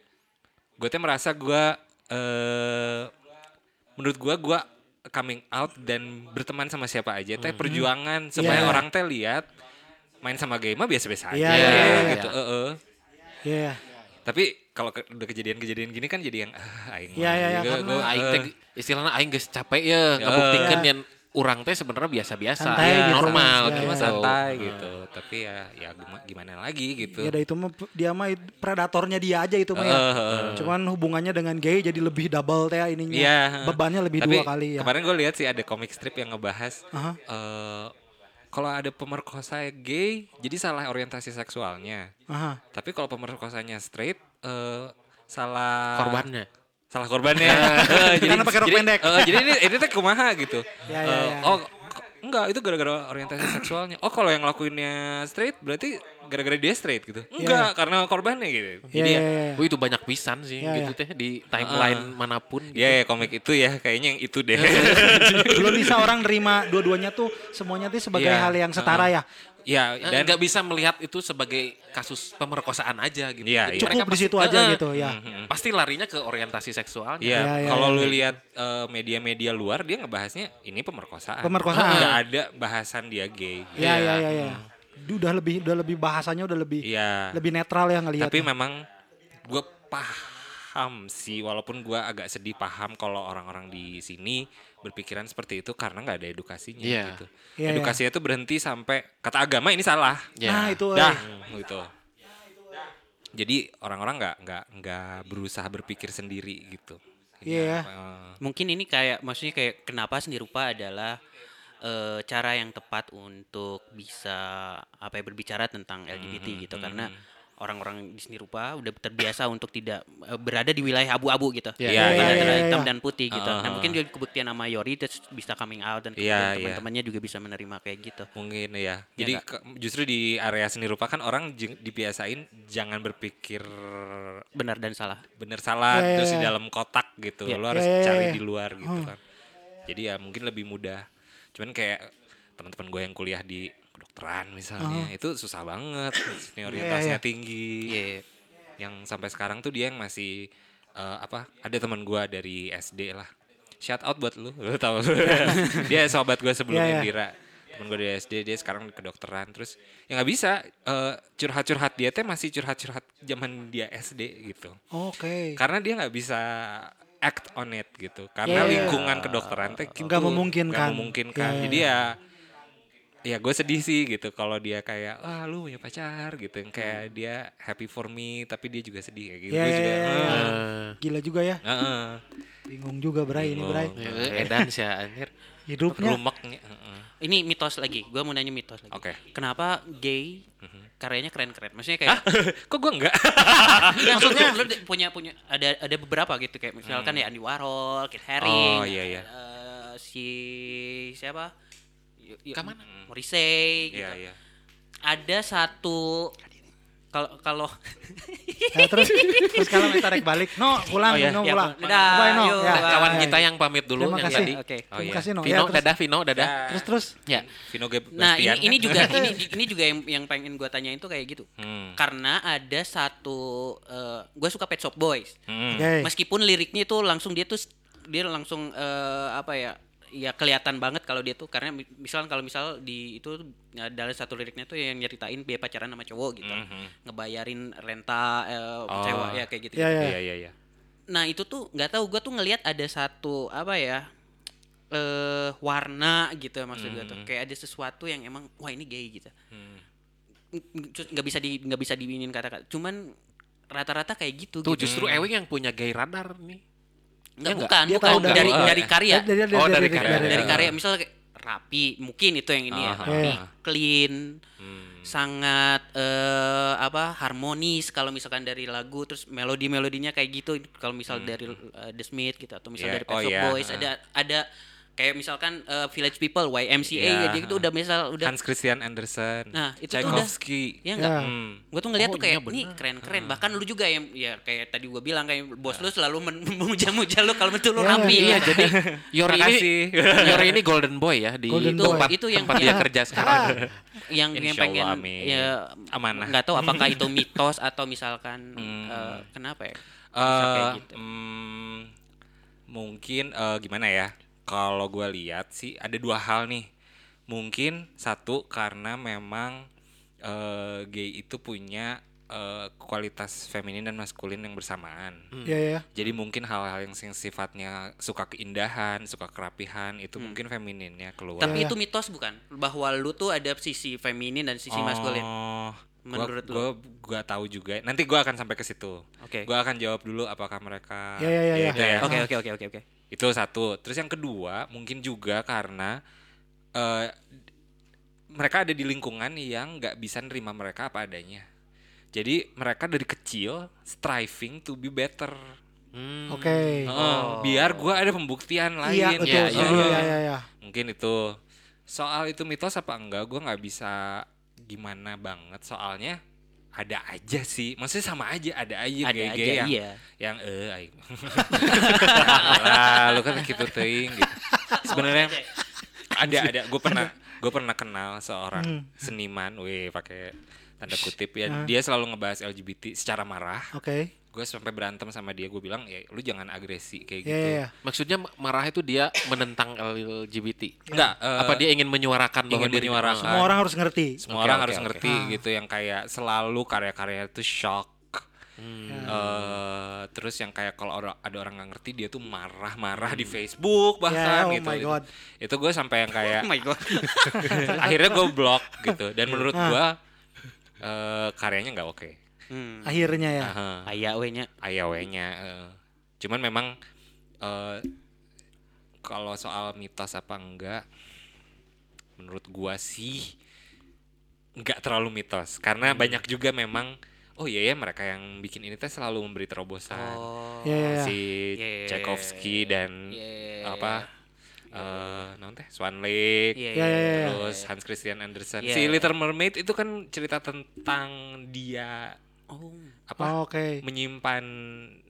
S3: Gue tuh merasa gue eh menurut gue gue coming out dan berteman sama siapa aja teh perjuangan supaya
S2: Hmm. Iya.
S3: orang teh lihat main sama game mah biasa-biasa aja
S2: Iya, iya, iya,
S1: iya.
S3: gitu. eh, eh.
S2: Iya.
S3: Tapi kalau ke- udah kejadian-kejadian gini kan jadi yang ah, aing.
S2: Iya, iya, iya,
S3: Gue-
S2: karena
S3: gue,
S1: aing
S3: eh,
S1: teh
S5: ya.
S1: istilahnya aing geus capek ya E ngebuktikan
S2: Iya.
S1: yang urang teh sebenarnya biasa-biasa
S2: Santai gitu,
S1: normal
S2: Mas. Iya,
S1: gitu
S3: cuma
S2: iya.
S3: Ya, santai gitu. Tapi ya ya gima- gimana lagi gitu.
S2: Ya ada itu mah p- dia mah it- predatornya dia aja itu mah ya.
S3: Eh, eh,
S2: Cuman hubungannya dengan gay jadi lebih double teh ya ininya.
S3: Iya.
S2: Bebannya lebih
S3: Tapi
S2: dua kali ya.
S3: Kemarin gue lihat sih ada komik strip yang ngebahas
S2: Aha.
S3: eh, kalau ada pemerkosa gay, jadi salah orientasi seksualnya.
S2: Aha.
S3: Tapi kalau pemerkosanya straight, eh, salah
S1: korbannya
S3: salah korbannya. Eh,
S2: Karena pakai rok
S3: jadi,
S2: pendek.
S3: eh, jadi ini ini teh kumaha gitu.
S2: Ya, ya,
S3: Eh,
S2: ya.
S3: Oh k- enggak itu gara-gara orientasi seksualnya. Oh kalau yang ngelakuinnya straight berarti gara-gara dia straight gitu. Enggak karena korbannya gitu.
S2: Iya,
S3: Jadi
S2: iya,
S3: ya-
S2: iya.
S1: Wih itu banyak pisan sih
S2: Iya,
S1: gitu teh di timeline manapun gitu.
S3: Ya, ya komik itu ya kayaknya yang itu
S2: Iya,
S3: deh.
S2: Belum bisa orang nerima dua-duanya tuh semuanya tuh sebagai
S3: Iya.
S2: hal yang setara ya.
S3: ya
S1: Eh,
S3: dan
S1: nggak bisa melihat itu sebagai kasus pemerkosaan aja gitu.
S3: Iya, iya.
S1: Mereka
S2: Cukup di
S1: pasti-
S2: situ aja
S1: eh,
S2: gitu
S3: Hmm.
S2: ya.
S1: Pasti larinya ke orientasi seksualnya.
S3: Iya,
S2: Ya, ya,
S3: kalau
S2: ya.
S3: lu lihat eh, media-media luar dia ngebahasnya ini pemerkosaan.
S2: Pemerkosaan.
S3: Nggak ada bahasan dia gay. gitu.
S2: Iya, iya, iya, iya. Udah lebih udah lebih bahasanya udah lebih
S3: Iya.
S2: lebih netral ya ngelihat.
S3: Tapi memang gue paham sih walaupun gue agak sedih paham kalau orang-orang di sini berpikiran seperti itu karena nggak ada edukasinya
S1: Iya.
S3: gitu.
S2: Iya, iya.
S3: Edukasinya itu berhenti sampai kata agama ini salah.
S1: Iya.
S2: Nah, itu
S3: ya. Dah
S2: eh.
S3: gitu. Jadi orang-orang nggak nggak nggak berusaha berpikir sendiri gitu.
S2: Iya, ya.
S3: eh,
S4: Mungkin ini kayak maksudnya kayak kenapa seni rupa adalah eh, cara yang tepat untuk bisa apa ya berbicara tentang LGBT gitu karena orang-orang di seni rupa udah terbiasa untuk tidak eh, berada di wilayah abu-abu gitu.
S1: Iya,
S3: iya,
S4: Antara
S2: iya, iya,
S4: hitam
S2: iya.
S4: dan putih gitu. Nah,
S3: Ah.
S4: mungkin juga kebuktian sama Yori itu bisa coming out
S3: Iya,
S4: dan kemudian
S3: iya.
S4: teman-temannya juga bisa menerima kayak gitu.
S3: Mungkin ya. Jadi ke- justru di area seni rupa kan orang jeng- dibiasain jangan berpikir
S4: Benar dan salah.
S3: bener salah
S2: Ya, ya,
S3: terus di
S2: ya.
S3: dalam kotak gitu.
S4: Ya.
S3: Lo harus
S2: Ya, ya,
S3: cari
S2: ya.
S3: di luar gitu kan. Jadi ya mungkin lebih mudah. Cuman kayak teman-teman gue yang kuliah di kedokteran misalnya
S2: Hmm.
S3: itu susah banget
S2: Iya,
S3: senioritasnya
S2: iya.
S3: tinggi yang sampai sekarang tuh dia yang masih eh, apa ada teman gua dari SD lah shout out buat lu lu tahu dia sobat gua
S2: Iya,
S3: sebelumnya
S2: iya.
S3: Dira temen gue dari SD dia sekarang kedokteran terus ya nggak bisa eh, curhat-curhat dia teh masih curhat-curhat zaman dia SD gitu
S2: Oke.
S3: karena dia nggak bisa act on it gitu karena
S2: Yeah.
S3: lingkungan kedokteran teh
S2: Iya.
S3: gitu
S2: Nggak memungkinkan. Iya.
S3: nggak memungkinkan
S2: Yeah.
S3: jadi ya ya gue sedih sih gitu kalau dia kayak wah lu punya pacar gitu Yang kayak
S2: Iya.
S3: dia happy for me tapi dia juga sedih kayak gitu
S2: Yeah,
S3: Gua juga
S2: yeah, yeah,
S3: "Ah,
S1: Eh,
S2: iya, Gila juga ya.
S3: ah, ah."
S2: Bingung juga Bray ini Iya. Bray.
S3: Bingung. Iya.
S1: eh, edan sih ya, anjir.
S2: Hidupnya
S3: Rumeknya, ah, ah.
S4: Ini mitos lagi. Gua mau nanya mitos lagi.
S3: Oke.
S4: Kenapa gay karyanya keren-keren? Maksudnya kayak
S3: kok gue enggak
S4: maksudnya lu d- punya punya ada ada beberapa gitu kayak misalkan ya Andy Warhol, Kid
S3: Hmm.
S4: Haring.
S3: Oh, iya, iya.
S4: eh, si siapa? Y- y-
S1: Kemana?
S4: Morrissey gitu.
S3: iya iya
S4: Ada satu kalau kalau
S2: Ya, terus terus kalau minta tarik balik. No, pulang,
S4: Oh, ya.
S2: no
S4: Ya,
S2: pulang.
S4: pulang. Dadah,
S2: Bye, no.
S4: yuk,
S2: Ya,
S4: bye.
S1: Kawan
S2: ya,
S1: kita
S2: ya.
S1: yang pamit dulu
S2: Terima
S1: yang
S2: kasih.
S1: tadi.
S4: Oke.
S3: Oh,
S2: Terima
S3: iya.
S2: kasih no. Ya,
S1: Vino,
S2: terus,
S1: dadah Vino, dadah.
S2: terus terus.
S1: Ya.
S3: Vino Ge-
S4: Nah, ini
S3: Bastian,
S4: ini
S3: kan?
S4: juga ini ini juga yang yang pengen gua tanyain tuh kayak gitu.
S3: Hmm.
S4: Karena ada satu gue suka Pet Shop Boys.
S3: Hmm.
S2: Oke. Ya,
S4: Meskipun liriknya itu langsung dia tuh dia langsung eh, apa ya? Ya kelihatan banget kalau dia tuh karena mi- misal kalau misal di itu ada satu liriknya tuh yang nyeritain biaya pacaran sama cowok gitu. Ngebayarin renta eh, sewa ya kayak gitu.
S2: Ya, ya.
S3: iya iya iya
S4: Nah, itu tuh nggak tahu gua tuh ngelihat ada satu apa ya? eh warna gitu ya maksud gua tuh. Kayak ada sesuatu yang emang wah ini gay gitu nggak nggak bisa di nggak bisa diinin kata-kata cuman rata-rata kayak gitu
S1: Tuh
S4: gitu.
S1: justru Ewing yang punya gay radar nih.
S4: nggak
S1: nggak?
S4: bukan
S2: Dia
S4: bukan
S2: tahu
S4: dari
S2: dari-
S4: dari,
S1: oh,
S4: dari
S1: ya.
S4: karya dari,
S1: Oh, dari karya.
S2: dari Iya.
S1: Ah.
S4: karya misalnya kayak rapi mungkin itu yang ini ya
S3: Ah,
S4: rapi
S2: ah.
S4: clean
S3: Hmm.
S4: sangat eh apa harmonis kalau misalkan dari lagu terus melodi melodinya kayak gitu kalau misal dari eh, The Smith gitu atau misal
S3: Yeah.
S4: dari Pet
S3: Oh,
S4: Shop
S3: iya.
S4: Boys
S3: Ah.
S4: ada ada kayak misalkan eh, Village People YMCA
S3: Iya.
S4: ya, jadi itu udah misal udah
S3: Hans Christian Andersen
S4: Nah, itu tuh udah-
S3: Tchaikovsky
S4: ya enggak
S2: Ya.
S3: Hmm.
S4: gue tuh ngeliat
S1: Oh,
S4: tuh kayak
S1: iya
S4: ini keren-keren bahkan lu juga yang ya kayak tadi gue bilang kayak bos lu selalu men- memuja-muja lu kalau betul lu
S2: Ya,
S4: rapi
S1: Iya, jadi Yori
S3: Terima
S1: ini Yori ini golden boy ya di
S2: Golden boy.
S1: tempat
S4: Itu yang-
S1: tempat dia
S4: yang-
S1: kerja sekarang.
S4: yang yang
S3: Insya
S4: pengen
S3: Allah, amin.
S4: ya
S3: Amanah.
S4: nggak tahu apakah itu mitos atau misalkan eh, kenapa ya Bisa kayak
S3: Eh,
S4: gitu.
S3: mm, mungkin eh, gimana ya? Kalau gua lihat sih ada dua hal nih. Mungkin satu karena memang eh, gay itu punya eh, kualitas feminin dan maskulin yang bersamaan.
S4: Hmm.
S2: Ya, ya.
S3: Jadi mungkin hal-hal yang sing- sifatnya suka keindahan, suka kerapihan itu mungkin femininnya keluar.
S4: Hmm. tapi itu mitos bukan bahwa lu tuh ada sisi feminin dan sisi maskulin
S3: Oh,
S4: menurut lu?
S3: gua, gua, gua tahu juga. Nanti gua akan sampai ke situ.
S4: Oke.
S3: Gua akan jawab dulu apakah mereka
S2: Ya, ya, ya, ya.
S3: itu ya.
S4: oke oke oke oke oke
S3: Itu satu. Terus yang kedua, mungkin juga karena eh, mereka ada di lingkungan yang nggak bisa nerima mereka apa adanya. Jadi mereka dari kecil striving to be better.
S2: Oke.
S3: Heeh, biar gua ada pembuktian Oh, lain.
S2: Oh. Iya, betul.
S1: ya, ya,
S2: Iya, iya,
S3: Heeh.
S2: iya, iya, iya.
S3: Mungkin itu. Soal itu mitos apa enggak, gua nggak bisa gimana banget soalnya ada aja sih. Maksudnya sama aja, ada aja
S4: ada
S3: gaya-gaya
S4: aja
S3: yang
S4: iya
S3: yang eh aing. Lah, lu kan gitu teuing gitu. Sebenarnya ada ada gue pernah gue pernah kenal seorang seniman, weh pakai tanda kutip ya. Dia selalu ngebahas LGBT secara marah.
S2: Oke.
S3: Gue sampai berantem sama dia, gue bilang ya lu jangan agresi kayak
S2: Ya,
S3: gitu.
S2: ya, ya.
S1: Maksudnya marah itu dia menentang LGBT.
S3: Enggak, eh,
S1: Apa dia ingin menyuarakan bahwa
S3: ingin
S1: dirinya
S3: menyuarakan.
S1: marah?
S2: Semua orang harus ngerti.
S3: semua
S1: Oke,
S3: orang
S1: oke,
S3: harus
S1: oke.
S3: ngerti
S2: Ah.
S3: gitu yang kayak selalu karya-karya itu shock
S1: Hmm.
S2: Ah.
S3: Eh, terus yang kayak kalau ora- ada orang nggak ngerti dia tuh marah-marah
S1: Hmm.
S3: di Facebook
S2: oh
S3: bahkan gitu
S2: my
S3: Itu-
S2: God.
S3: itu, gue sampai yang kayak
S4: oh my god
S3: akhirnya gue blok gitu dan menurut
S2: Ah.
S3: gue eh karyanya nggak oke
S4: hmm.
S2: Akhirnya ya.
S3: Heeh.
S4: Aya we nya
S3: ayawenya eh. cuman memang eh kalau soal mitos apa enggak menurut gua sih enggak terlalu mitos karena
S4: Hmm.
S3: banyak juga memang oh iya ya mereka yang bikin ini teh selalu memberi terobosan
S4: oh
S2: Ya, ya, ya.
S3: si
S4: Yeah. iya,
S3: Tchaikovsky dan
S4: Yeah.
S3: apa eh naon teh Swan Lake
S4: iya
S2: Ya, ya, ya.
S3: terus Hans Christian Andersen
S4: Yeah.
S3: si Little Mermaid itu kan cerita tentang dia
S4: oh
S3: apa
S2: Oh, Oke.
S3: menyimpan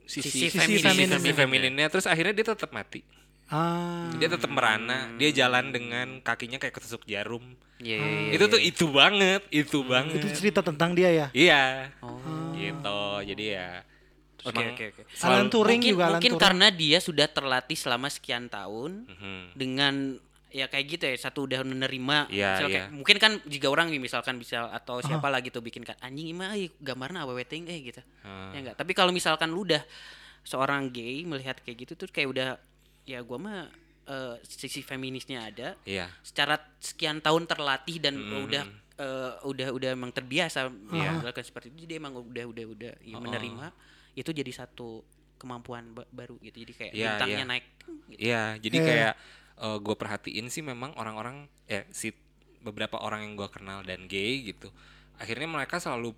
S1: Sisi
S4: Sisi
S2: feminin.
S3: sisi femininnya terus akhirnya dia tetap mati
S2: Ah.
S4: Hmm.
S3: Dia tetap merana, dia jalan dengan kakinya kayak ketusuk jarum.
S4: Iya, iya, iya,
S3: itu
S4: iya. Hmm.
S3: tuh itu banget, itu banget.
S2: Itu cerita tentang dia ya.
S3: Iya.
S4: Oh.
S3: Gitu. Jadi ya terus
S4: Oke,
S3: emang-
S4: oke, oke.
S3: Selalu-
S2: Alan Turing
S4: mungkin,
S2: juga Alan
S4: mungkin
S2: Turing.
S4: karena dia sudah terlatih selama sekian tahun
S3: Mhm.
S4: dengan ya kayak gitu ya satu udah menerima
S3: Iya,
S4: misal
S3: iya.
S4: kayak- mungkin kan jika orang nih misalkan bisa atau siapa lagi tuh bikin kan anjing ima eh, gambarnya apa weting eh gitu ya enggak tapi kalau misalkan lu udah seorang gay melihat kayak gitu tuh kayak udah ya gua mah eh, sisi feminisnya ada
S3: Iya.
S4: secara sekian tahun terlatih dan udah eh, udah udah emang terbiasa melakukan seperti itu jadi emang udah udah udah ya, menerima itu jadi satu kemampuan ba- baru gitu jadi kayak
S3: Iya,
S4: bintangnya
S3: iya.
S4: naik ting, gitu.
S3: Iya, jadi
S2: Eh.
S3: kayak gue perhatiin sih memang orang-orang ya si beberapa orang yang gue kenal dan gay gitu, akhirnya mereka selalu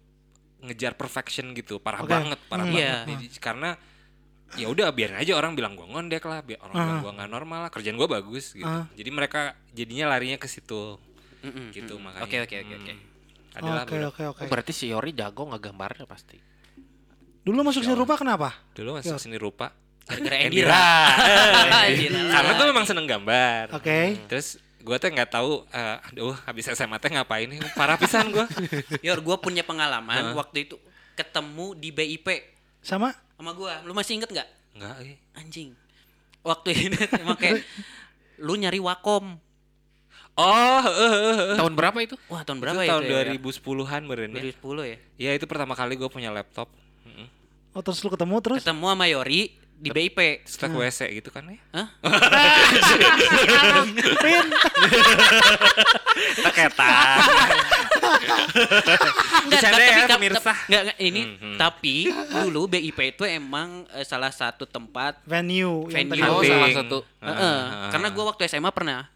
S3: ngejar perfection gitu, parah
S2: Oke.
S3: banget, parah
S4: Hmm.
S3: banget.
S4: Iya.
S3: Jadi, karena ya udah biarin aja orang bilang gue ngondek lah, biar orang bilang gue nggak normal lah, kerjaan gue bagus gitu.
S2: Ah.
S3: Jadi mereka jadinya larinya ke situ,
S4: Mm-mm,
S3: gitu
S4: mm-mm.
S3: makanya.
S4: Hmm. oke oke oke oke
S3: Hmm. Adalah
S2: Oke
S3: beberapa-
S2: oke oke.
S1: Oh, Berarti si Yori jago ngegambarnya pasti.
S2: Dulu masuk seni rupa kenapa?
S3: dulu masuk seni rupa.
S4: gara-gara
S3: Endira.
S4: Endira
S3: Endira.
S4: Hmm.
S3: Karena gue memang seneng gambar.
S2: Oke.
S3: Eh, Terus gue teh nggak tahu, eh, aduh habis SMA teh ngapain nih? Parah pisan gue.
S4: Yor gue punya pengalaman waktu itu ketemu di BIP
S2: Sama?
S4: sama gue lu masih inget nggak
S3: Enggak, eh.
S4: anjing waktu ini emang kayak lu nyari wakom
S3: Oh, eh, eh, eh.
S1: Tahun berapa itu?
S4: wah tahun
S3: Itu
S4: berapa ya
S3: tahun
S4: itu ya, Yor?
S3: 2010-an meren ya?
S4: 2010 ya
S3: Ya itu pertama kali gue punya laptop. Mm-mm.
S2: Oh terus lu ketemu terus?
S4: ketemu sama Yori di BIP
S3: Terus teh ke WC gitu kan ya?
S4: Hah?
S3: Teketan.
S4: Enggak,
S3: Bercanda
S4: tapi-
S3: ya,
S4: tapi-
S3: pemirsa.
S4: enggak, enggak, ini
S3: Mhm.
S4: tapi dulu BIP itu emang eh, salah satu tempat
S2: Venue. yang
S4: Venue.
S2: tadi
S1: Oh,
S2: lu-
S1: salah
S3: Hunting.
S1: satu.
S3: Ah,
S4: eh, eh, karena gua waktu SMA pernah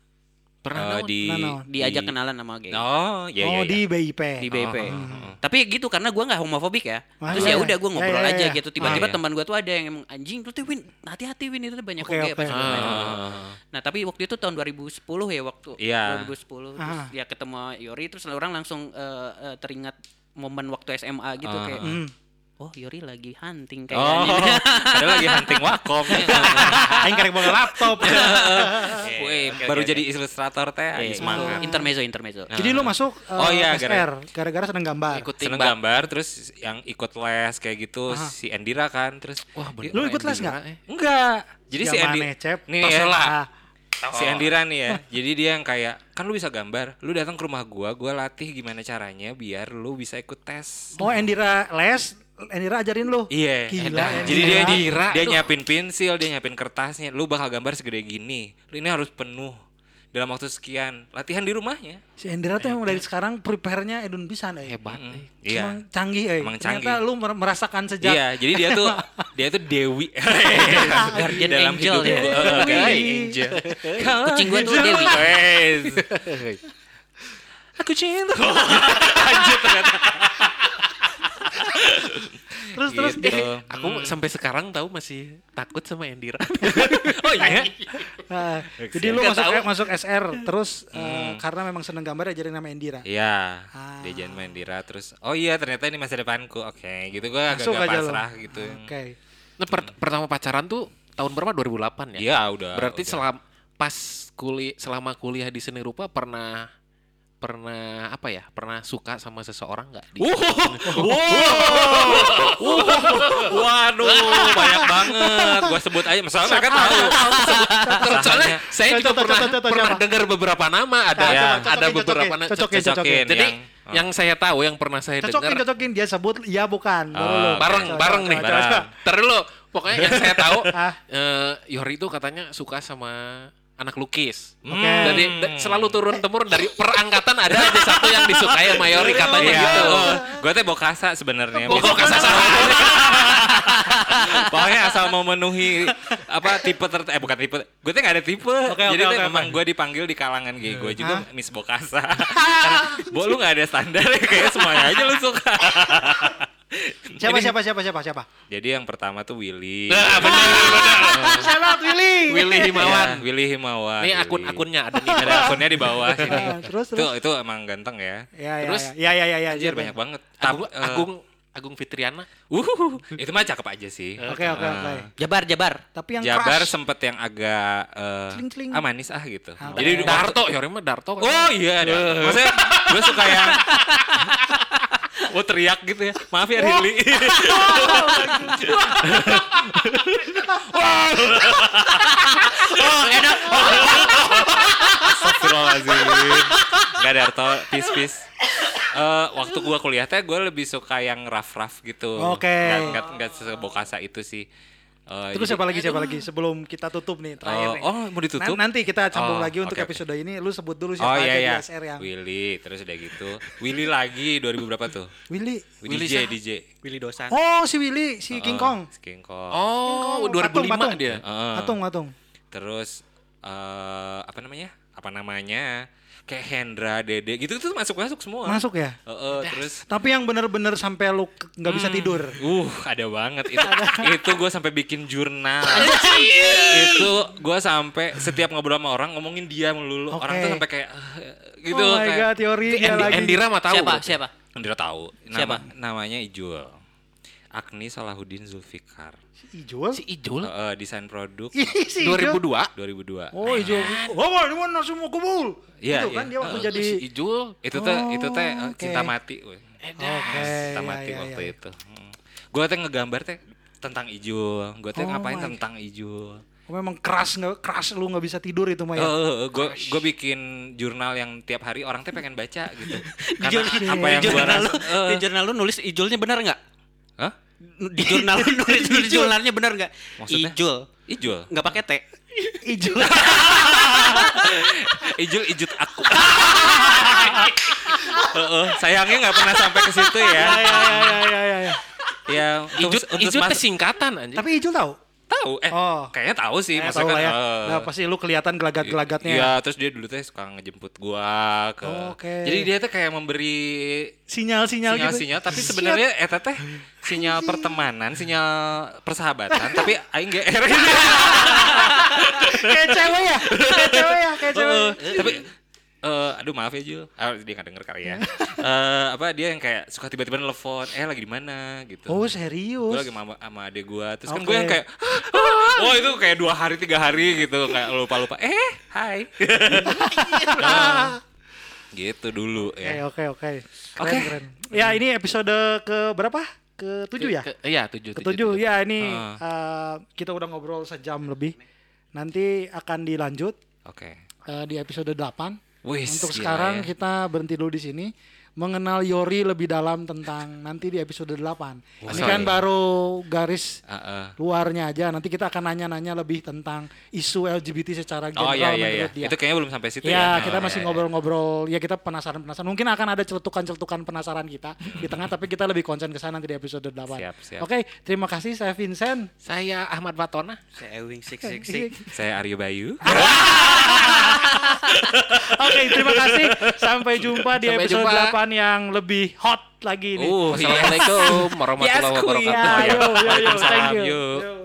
S1: Pernah
S3: Eh,
S1: naon?
S3: di
S2: Nanaon.
S4: diajak kenalan sama gay
S3: Oh, ya ya.
S2: oh
S3: ya.
S2: di BIP.
S4: di BIP.
S3: Oh, oh,
S4: Tapi gitu karena gua nggak homofobik ya.
S2: Wah,
S4: Terus
S2: iya,
S4: ya
S2: iya.
S4: udah gua
S2: Iya,
S4: ngobrol
S2: iya,
S4: aja
S2: iya.
S4: gitu.
S3: Ah,
S4: Tiba-tiba
S3: iya.
S4: teman gua tuh ada yang emang anjing tuh tuh, Win, hati-hati Win itu tuh banyak
S2: Oke,
S4: oke
S2: oke.
S3: Ah.
S4: Nah, tapi waktu itu tahun 2010 ya waktu
S3: Iya.
S4: 2010 terus
S2: Ah.
S4: ya ketemu Yori terus orang langsung eh, eh, teringat momen waktu SMA gitu
S3: Ah,
S4: kayak
S2: Hmm.
S3: ah.
S4: oh Yori lagi hunting gitu.
S3: Oh,
S4: kayaknya.
S3: ada lagi hunting wakom.
S4: Iya,
S2: Aing karek bawa laptop.
S3: Ah. Weh,
S4: oke,
S3: baru
S4: oke,
S3: jadi ilustrator teh,
S4: Iya,
S3: habis
S4: iya.
S3: semangat.
S4: Intermezzo, intermezzo.
S2: Jadi lu masuk
S3: Oh,
S2: eh,
S3: iya,
S2: SR, gara-gara seneng gambar.
S1: Ikut
S3: seneng
S1: timbang.
S3: gambar terus yang ikut les kayak gitu si Endira kan terus
S1: Wah, bener. ya.
S2: Lu ikut les nggak?
S3: enggak jadi si
S2: Zaman
S3: Endi
S2: ecep.
S3: nih
S2: Tos
S3: ya,
S2: lah.
S1: Oh.
S3: si Endira nih ya jadi dia yang kayak kan lu bisa gambar lu datang ke rumah gua gua latih gimana caranya biar lu bisa ikut tes
S2: Oh Endira les, Endira ajarin lu.
S3: Iya,
S2: Gila,
S3: edan.
S2: Endira.
S3: jadi dia dia,
S1: Endira,
S3: dia
S1: aduh.
S3: nyiapin pensil, dia nyiapin kertasnya. Lu bakal gambar segede gini. Lu ini harus penuh dalam waktu sekian. Latihan di rumahnya.
S2: Si Endira tuh emang dari sekarang prepare-nya Edun pisan eh.
S1: Hebat. eh.
S2: Emang
S3: Iya.
S2: canggih eh.
S3: Emang
S2: Ternyata
S3: canggih.
S2: lu mer- merasakan sejak
S3: Iya, jadi dia tuh dia tuh dewi.
S4: Guardian
S3: dalam
S4: angel
S3: hidup gua.
S4: ya.
S3: Eh, oke,
S2: Dewi.
S3: angel.
S4: Kucing gua tuh Dewi.
S3: Wes.
S2: aku cinta. terus terus
S3: Gitu.
S1: Eh, aku sampai sekarang tahu masih takut sama Endira.
S3: Oh iya.
S2: Ah, jadi lu
S1: Nggak
S2: masuk
S1: tahu.
S2: masuk SR terus eh,
S3: Hmm.
S2: karena memang seneng gambar ajarin nama Endira.
S3: Iya,
S2: Ah.
S3: dia jangan main dira terus. Oh iya, ternyata ini masa depanku. Oke, gitu gua agak
S2: Masuk
S3: agak
S2: aja lu.
S3: pasrah gitu.
S2: Oke.
S1: Nah, per- pertama pacaran tuh tahun berapa? 2008 ya?
S3: Iya, udah.
S1: Berarti
S3: udah.
S1: selama pas kuliah selama kuliah di seni rupa pernah pernah apa ya? Pernah suka sama seseorang nggak? Di-
S3: Waduh, banyak banget. Gua sebut aja, masalah mereka tahu.
S1: Soalnya
S3: Soalnya
S1: saya juga
S2: Cocok,
S1: pernah
S2: cocok, cocok,
S1: pernah
S2: cocok.
S1: dengar beberapa nama ada
S3: Ya.
S1: ada
S2: Cocokin,
S1: beberapa
S2: cocokin,
S1: nama
S2: cocokin,
S3: cocokin.
S1: Jadi
S3: Yang-
S1: yang, saya tahu yang pernah saya
S2: Cocokin
S1: dengar
S2: cocokin dia sebut iya bukan. Baru
S3: Ah,
S2: lu.
S3: oke.
S1: bareng
S2: Coba,
S1: bareng
S2: coba,
S1: nih.
S2: coba,
S3: Bareng.
S2: coba.
S1: Ntar dulu, pokoknya yang saya tahu
S2: Ah.
S1: eh, Yori itu katanya suka sama anak lukis.
S3: Hmm.
S2: Oke.
S1: Jadi da- selalu turun temurun dari perangkatan ada aja satu yang disukai sama Yori katanya
S3: Iya,
S1: gitu.
S3: gue teh bokasa sebenarnya.
S1: Gua kok kasar sama kan?
S3: Pokoknya asal memenuhi apa tipe ter eh bukan tipe. Gue teh gak ada tipe.
S2: Oke,
S3: Jadi
S2: oke,
S3: teh
S2: oke,
S3: memang
S2: oke.
S3: gue dipanggil di kalangan gay gue juga Miss Bokasa. Karena, Bo lu gak ada standar kayak semuanya aja lu suka.
S2: Siapa siapa siapa siapa siapa?
S3: Jadi yang pertama tuh Willy.
S1: Nah, bener bener.
S2: Shout out Willy.
S1: Willy Himawan.
S3: Iya, Willy Himawan. Iya.
S1: Ini
S3: Willy.
S1: akun-akunnya ada nih.
S3: Ada akunnya di bawah sini.
S2: Ah, terus,
S3: Tuh, itu emang ganteng ya.
S2: Ya, ya,
S1: Terus?
S2: ya, ya, ya, ya,
S3: Anjir
S2: ya,
S3: banyak banget.
S1: Agung,
S3: Tapi, eh,
S1: Agung Agung Fitriana.
S3: Uhuh, itu mah cakep aja sih.
S2: Oke oke oke.
S4: Jabar, Jabar.
S2: Tapi yang
S3: Ah. Jabar
S2: crush.
S3: sempet yang agak eh,
S2: Celing-celing.
S3: ah manis ah gitu.
S2: Ah,
S1: Jadi
S3: Jadi
S1: Darto, ya orang mah Darto. kan.
S3: Oh iya, ada. maksudnya gue suka yang Oh teriak gitu ya. Maaf ya Rili.
S4: Oh, enak.
S3: Astagfirullahaladzim. Gak ada Arto, peace peace. Eh, waktu gua kuliah teh gua lebih suka yang rough rough gitu.
S2: Oke.
S3: Nggak nggak nggak sebokasa itu sih. Eh,
S2: Terus
S3: jadi-
S2: siapa lagi siapa lagi sebelum kita tutup nih terakhir
S3: Oh,
S2: nih.
S3: oh, mau ditutup?
S2: Nan- nanti kita sambung
S3: Oh,
S2: lagi untuk
S3: oke, oke.
S2: episode ini. Lu sebut dulu
S3: oh
S2: siapa
S3: iya
S2: aja
S3: iya.
S2: di SR yang.
S3: Willy, terus udah gitu. Willy lagi 2000 berapa tuh?
S2: Willy.
S1: Willy
S3: DJ
S1: siapa?
S3: DJ.
S4: Willy Dosan.
S3: Ah.
S2: Oh si Willy, si King Kong.
S3: Oh, King Kong.
S1: Oh,
S2: Patung,
S1: 2005
S2: patung.
S1: dia.
S3: Heeh.
S2: Atung atung.
S3: Terus eh apa namanya? Apa namanya? Kayak Hendra, Dede gitu tuh masuk-masuk semua.
S2: Masuk ya.
S3: Heeh, terus
S2: Tapi yang bener-bener sampai lu ke- nggak bisa tidur.
S3: Uh, ada banget itu. itu gue sampai bikin jurnal. itu gue sampai setiap ngobrol sama orang ngomongin dia melulu. Orang
S2: Oke.
S3: tuh sampai kayak "Ah," gitu
S2: oh my god,
S3: kayak.
S2: teori
S1: Itu
S2: dia
S1: Andy,
S2: lagi.
S1: Andy Rama tahu.
S4: Siapa?
S1: berarti.
S4: Siapa?
S2: Kan
S3: Andira tahu. Nama,
S4: Siapa?
S3: Namanya Ijul. Agni Salahuddin Zulfikar.
S2: Si Ijul.
S1: Si Ijul.
S3: Heeh, desain produk
S2: Ih, si Ijul.
S1: 2002.
S3: 2002.
S2: Oh Ijul. Oh, wah, ini mana semua kubul.
S3: Iya,
S2: Itu kan
S3: iya.
S2: dia waktu
S1: Eh,
S2: jadi
S1: si Ijul.
S3: Itu teh
S2: Oh,
S3: itu teh eh,
S2: oke.
S3: cinta mati. weh.
S2: Oke. iya,
S3: Cinta mati
S2: iya,
S3: waktu
S2: iya.
S3: itu. Gue teh ngegambar teh tentang Ijul. Gue teh
S2: Oh
S3: ngapain
S2: my
S3: tentang Ijul. Eh,
S2: Oh, memang keras nggak keras lu nggak bisa tidur itu Maya.
S3: gue gue bikin jurnal yang tiap hari orang teh pengen baca gitu. Karena apa yang
S4: di
S3: gue
S4: jurnal
S3: rasa.
S4: lu, di jurnal lu nulis ijulnya benar nggak?
S3: Hah?
S4: Di jurnal lu nulis nulis jurnalnya benar nggak?
S3: Maksudnya?
S4: Ijul.
S3: Ijul.
S4: Nggak pakai T.
S2: Ijul.
S3: Ijul ijut aku. Heeh, sayangnya nggak pernah sampai ke situ ya.
S2: ya, ya, ya, ya, ya.
S3: Ya, untuk,
S1: Ijul,
S3: untuk
S1: Ijul
S3: mas-
S1: teh singkatan anjing.
S2: Tapi Ijul tahu.
S3: tahu eh
S2: Oh.
S3: kayaknya tahu sih
S2: Eh,
S3: maksudnya
S2: tahu lah ya.
S3: kan, eh,
S2: Nah, pasti lu kelihatan gelagat-gelagatnya.
S3: Iya, terus dia dulu teh suka ngejemput gua ke.
S2: Oke.
S3: Jadi dia teh kayak memberi
S2: Sinyal-sinyal gitu.
S3: sinyal-sinyal tapi sebenarnya eta teh sinyal pertemanan, sinyal persahabatan, tapi aing GR.
S2: kayak cewek ya. Kayak cewek ya, kayak cewek.
S3: Heeh, tapi eh aduh maaf ya Jul. Ah, dia nggak denger kali ya. Eh apa dia yang kayak suka tiba-tiba nelfon, "Eh lagi di mana?" gitu.
S2: Oh,
S3: gue
S2: serius.
S3: lagi sama, sama adik gue terus kan
S2: Oke.
S3: gue yang kayak oh itu kayak dua hari tiga hari gitu kayak lupa lupa eh hai Nah, gitu dulu
S2: Oke,
S3: ya
S2: oke, oke. Keren, keren. Ya, ini episode ke berapa? Ke tujuh ya?
S1: Ke- Iya, tujuh.
S2: Ketujuh. Ya, ini
S3: Ah.
S2: eh, kita udah ngobrol sejam lebih. Nanti akan dilanjut
S3: oke
S2: eh, di episode 8.
S3: Wis,
S2: Untuk
S3: gila
S2: sekarang
S3: ya.
S2: kita berhenti dulu di sini mengenal Yori lebih dalam tentang nanti di episode 8. Ini
S3: sorry.
S2: kan baru garis
S3: Ah, iya. ah.
S2: luarnya aja. Nanti kita akan nanya-nanya lebih tentang isu LGBT secara general
S3: oh ya ya ya
S2: menurut dia.
S3: itu kayaknya belum sampai situ
S2: Ya,
S3: ya,
S2: kita
S3: Oh,
S2: masih
S3: ya, ya.
S2: ngobrol-ngobrol. Ya, kita penasaran-penasaran. Mungkin akan ada celetukan-celetukan penasaran kita di tengah, tapi kita lebih konsen ke sana nanti di episode 8.
S3: Siap, siap.
S2: Oke, terima kasih. Saya Vincent.
S1: Saya Ahmad Fatona.
S4: Saya Ewing six six six.
S3: saya Aryo Bayu
S2: Oke, terima kasih. Sampai jumpa di
S1: Sampai
S2: episode
S1: jumpa.
S2: 8 yang lebih hot lagi ini.
S3: Uh,
S1: Assalamualaikum warahmatullahi
S3: Yes, Queen.
S1: wabarakatuh.
S2: Yeah, yo, yo, yo,
S3: Waalaikumsalam,
S2: thank you.
S3: yuk.
S2: Yo.